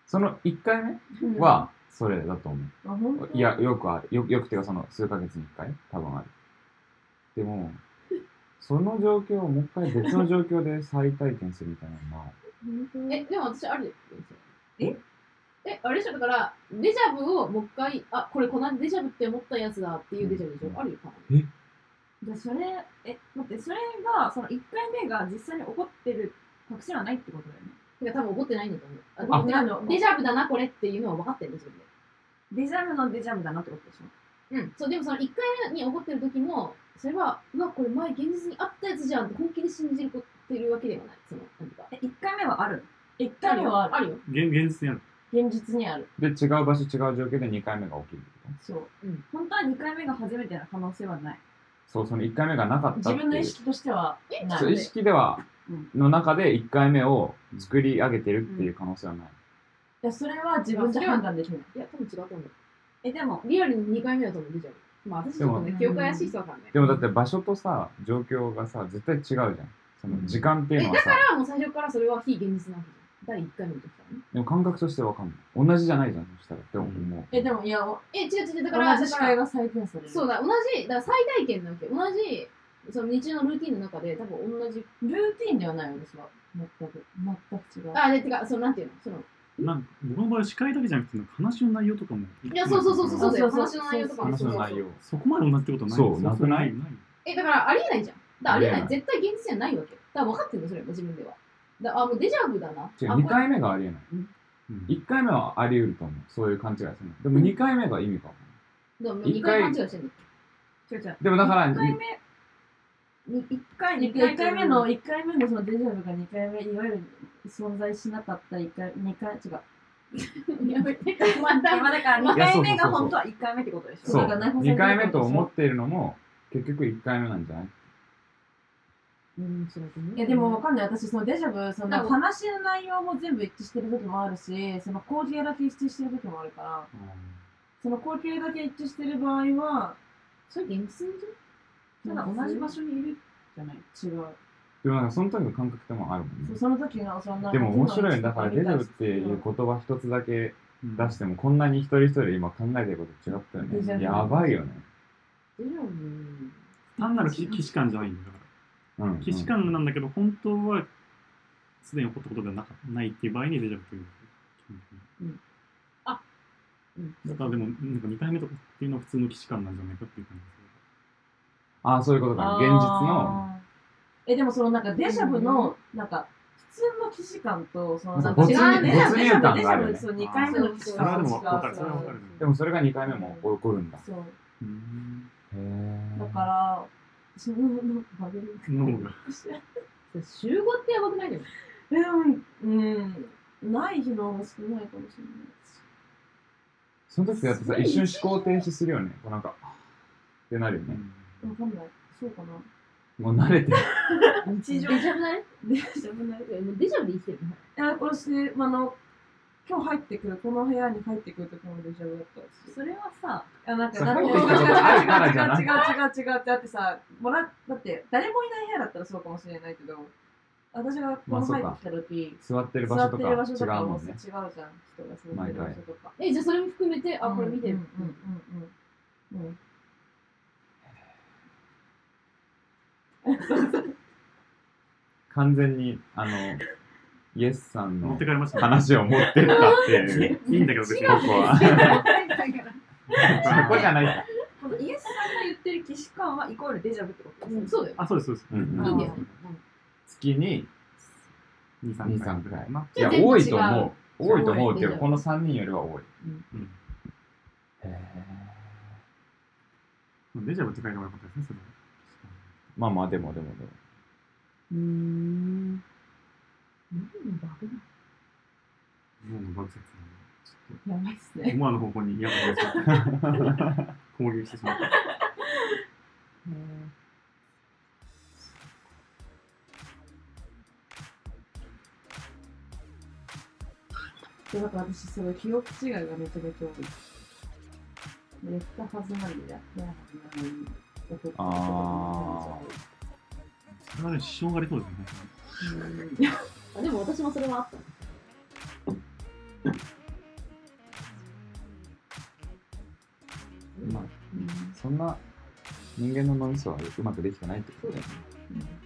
Speaker 5: その1回目はそれだと思
Speaker 4: あ、本当
Speaker 5: ういやよくあるよよくてかその数ヶ月に1回多分あるでもその状況をもう一回別の状況で再体験するみたいなのは
Speaker 4: 本当
Speaker 2: え、でも私、あれです
Speaker 6: え
Speaker 2: よ。え、あれでしょだから、デジャブをもう一回、あ、これこの間デジャブって思ったやつだっていうデジャブでしょあるよ、かなり。
Speaker 5: え
Speaker 6: でそれえ待ってそれがその1回目が実際に起こってる確信はないってことだよね
Speaker 2: てか多分怒ってないんだと思う。あ
Speaker 6: 怒ってないの
Speaker 2: のデジャブだな、これっていうのは分かってるんですよ、
Speaker 6: デジャブのデジャブだなってことでしょ
Speaker 2: 自分で。うん。そう、でもその1回目に怒ってる時も、それは、うわ、これ前現実にあったやつじゃんって本気で信じるってるわけではない。その、なんていうか。
Speaker 6: え1回目はある
Speaker 4: 一回目はあ
Speaker 2: あ
Speaker 4: る。
Speaker 2: るよ。
Speaker 3: 現現実やん。
Speaker 4: 現実にある。
Speaker 5: で、違う場所、違う状況で2回目が起きる。
Speaker 6: そう、
Speaker 2: うん
Speaker 6: 本当は2回目が初めての可能性はない
Speaker 5: そう、その1回目がなかった
Speaker 4: 自
Speaker 5: っていう。
Speaker 4: 分の意識としてはな
Speaker 5: そう、
Speaker 4: い
Speaker 5: 意。識では、の中で1回目を作り上げてるっていう可能性はない。
Speaker 4: いやそれは自分で判断できない。
Speaker 2: いや、多分違うと思う。
Speaker 6: えでも
Speaker 2: リアルに2回目だと思う、デジャブ。まあ、私ちょっと
Speaker 6: で
Speaker 2: ね
Speaker 6: も、
Speaker 2: 記憶怪しい人だからね。
Speaker 5: でもだって場所とさ、状況がさ、絶対違うじゃん。その時間っていう
Speaker 2: え、
Speaker 5: の
Speaker 2: だ
Speaker 5: はさ
Speaker 2: か、らもう最初からそれは非現実なわけじゃん。第1回目の時からね。
Speaker 5: でも感覚としてわかんない。同じじゃないじゃん、そしたらって思う。
Speaker 4: え、でも、いや、お
Speaker 2: え、違う違う、だから、
Speaker 4: 同
Speaker 2: だ
Speaker 4: じ視
Speaker 2: か
Speaker 4: 界
Speaker 2: ら
Speaker 4: が再現される。
Speaker 2: そうだ、同じ、だから最大限なわけ。同じ、その日常のルーティンの中で、多分同じ。
Speaker 4: ルーティンではない、私は。全く。全く違う。
Speaker 2: あ、で、てか、その、なんていうの、その、
Speaker 3: なんか僕の場合は視界だけじゃなくて、話の内容とかも。
Speaker 2: いや、そうそうそうそうそうだよ、
Speaker 4: あそう
Speaker 2: 話
Speaker 4: そう
Speaker 2: の内容とかも
Speaker 5: 話
Speaker 2: そう
Speaker 5: の
Speaker 2: そう
Speaker 5: 内容。
Speaker 3: そこまで同じってことはない
Speaker 5: そう
Speaker 3: です
Speaker 5: なくない
Speaker 3: ない
Speaker 2: え、だからありえないじゃん。だからありえない
Speaker 5: あ。り
Speaker 2: 絶対現実じゃないわけよ。だから分かってんの、それも自分では。だあ、もうデジャブだな。
Speaker 5: 違う、
Speaker 2: あ
Speaker 5: 2回目がありえない。
Speaker 3: うん
Speaker 5: 1回目はあり得ると思う。そういう勘違いするの。でも2回目が意味かも。
Speaker 2: でも
Speaker 5: 一
Speaker 2: 2
Speaker 5: 回
Speaker 2: 回勘違いしてんの。
Speaker 6: 違う違う
Speaker 5: でもだから
Speaker 6: 1回目に1回
Speaker 4: 一回
Speaker 6: 2回
Speaker 4: 一回目の、一回目のそのデジャブが二回目、いわゆる存在しなかった一回、二回、違う。
Speaker 2: やめて、また。
Speaker 6: 今だから2
Speaker 5: い
Speaker 6: 回
Speaker 5: やそうそうそう
Speaker 6: 目
Speaker 5: そ
Speaker 6: が
Speaker 5: う
Speaker 6: 本当は1回目ってことでしょ
Speaker 5: そう、
Speaker 4: だから内包されてる
Speaker 5: 2回目と思っているのも、結局1回目なんじゃない
Speaker 2: うん、そうだと思う
Speaker 4: いや、でもわかんない。私、そのデジャブ、そ
Speaker 2: な
Speaker 4: の
Speaker 2: んか
Speaker 4: 話の内容も全部一致してる時もあるし、その光景だけ一致してる時もあるから、その光景だけ一致してる場合は、
Speaker 2: それ現実じ
Speaker 6: ただ同じ場所にいるじゃない
Speaker 4: 違う。
Speaker 5: でもなんかその時の感覚ってもあるもん
Speaker 4: そう
Speaker 5: ね。
Speaker 4: その時の、そんな。
Speaker 5: でも面白いね。だからデジャブっていううん言葉一つだけ
Speaker 3: うん
Speaker 5: 出しても、こんなに一人一人今考えてること違ったよ
Speaker 4: デジャ
Speaker 5: ね。
Speaker 4: ブ
Speaker 5: やばいよね。
Speaker 2: ゃん。デジャブ。
Speaker 3: 単なる既既視感じゃないんだよだか
Speaker 5: うんうん
Speaker 3: ら。既視感なんだけど、本当はすでに起こったことではなかないっていう場合にデジャブという。
Speaker 2: あうん
Speaker 3: だからでも、なんか2回目とかっていうのは普通の既視感なんじゃないかっていう感じです
Speaker 5: ああ、そういうことか。現実の。
Speaker 4: あーえでもそのなんかデジャブのなんか普通の既視感とその
Speaker 5: なん
Speaker 2: か
Speaker 4: 違うねデジャ
Speaker 5: 没
Speaker 4: ブ
Speaker 5: 入
Speaker 4: デジャブ
Speaker 5: 感
Speaker 4: デジャ
Speaker 5: がある
Speaker 4: ブ
Speaker 5: よね
Speaker 4: そう2回目の既視
Speaker 3: それは
Speaker 4: 感
Speaker 3: で
Speaker 4: と違
Speaker 3: も
Speaker 4: う
Speaker 3: わかる。それはわか
Speaker 4: そう
Speaker 3: る。
Speaker 5: でもそれが2回目も起こるんだ。
Speaker 4: そう
Speaker 3: うん
Speaker 5: へ
Speaker 4: だ
Speaker 5: え。
Speaker 4: からそのなんかバグる
Speaker 3: 脳 が。
Speaker 2: 週5ってやばくないでも。
Speaker 4: えでもうんない日の方が少ないかもしれない
Speaker 5: その時だってさ、
Speaker 2: すごい
Speaker 5: 一瞬思考停止するよね。こうなんか、あーってなるよね。
Speaker 4: わかんないそうかな
Speaker 5: もう慣れてる。
Speaker 6: 日常
Speaker 2: デジャブだね。
Speaker 4: デジャブない
Speaker 2: いやもうデジャブで生きてるの。
Speaker 4: え私あの今日入ってくるこの部屋に入ってくる時もデジャブだったし
Speaker 6: それはさ
Speaker 4: いやなんか、
Speaker 5: そう
Speaker 4: だって、違う違う
Speaker 5: 入ってきたこ とあるからじゃない
Speaker 4: 違う違う違う違うって、だってさ、もらだって、誰もいない部屋だったらそうかもしれないけど、私がこの入ってきた時、
Speaker 5: 座ってる場
Speaker 4: 座
Speaker 5: 所
Speaker 4: っ
Speaker 5: と
Speaker 4: て
Speaker 5: か
Speaker 4: る場所と
Speaker 5: 違
Speaker 4: か
Speaker 5: う
Speaker 4: も
Speaker 5: も
Speaker 4: 違
Speaker 5: ん
Speaker 4: うじゃ
Speaker 5: ね
Speaker 4: ん、。人が座ってる場所とか。
Speaker 2: え、じゃあそれも含めて、あ、これ見てる。
Speaker 4: うんうんうんうん。
Speaker 5: 完全に、あの、イエスさん
Speaker 3: 持っ
Speaker 5: の
Speaker 3: てかれましたね。
Speaker 5: 話を持ってったっていう。
Speaker 3: いいんだけど別に。
Speaker 5: ここは。ここじゃないか。
Speaker 6: このイエスさんが言ってる既視感はイコールデジャブってことです
Speaker 2: うんそうだよ。
Speaker 3: あ、そうです、そうです。
Speaker 5: うんうん
Speaker 2: いいんだよね。
Speaker 5: 月に
Speaker 3: 2、3
Speaker 5: 2、
Speaker 3: 回。
Speaker 5: 3回。
Speaker 3: まあ
Speaker 5: いや、
Speaker 2: 全部
Speaker 5: 多い
Speaker 2: 違う
Speaker 5: と思う。多いと思うけ
Speaker 2: 多
Speaker 5: ど、
Speaker 2: い
Speaker 5: この3人よりは多い。
Speaker 3: うん
Speaker 5: へえ。
Speaker 3: デジャブって書いてもらよかったですね、それは。
Speaker 5: まあまあ、でもでもでも。
Speaker 2: うーん。何のバグ
Speaker 3: 脳のバグ説な
Speaker 4: やばいっす
Speaker 3: ので
Speaker 4: ね。
Speaker 3: 思わぬ方向にやばくなっちゃった。攻撃してしまった。
Speaker 2: なの
Speaker 4: で、だから私、その記憶違いがめちゃめちゃ多い。やったはずなんで、やってないはずなのに、怒ってることが
Speaker 3: それはね、支障がありそうですね。
Speaker 4: めちゃめちゃ多いうん
Speaker 2: あでも私もそれはあった。
Speaker 5: まあ、そんな人間の脳みそはうまくできてないってことだよね。
Speaker 4: うん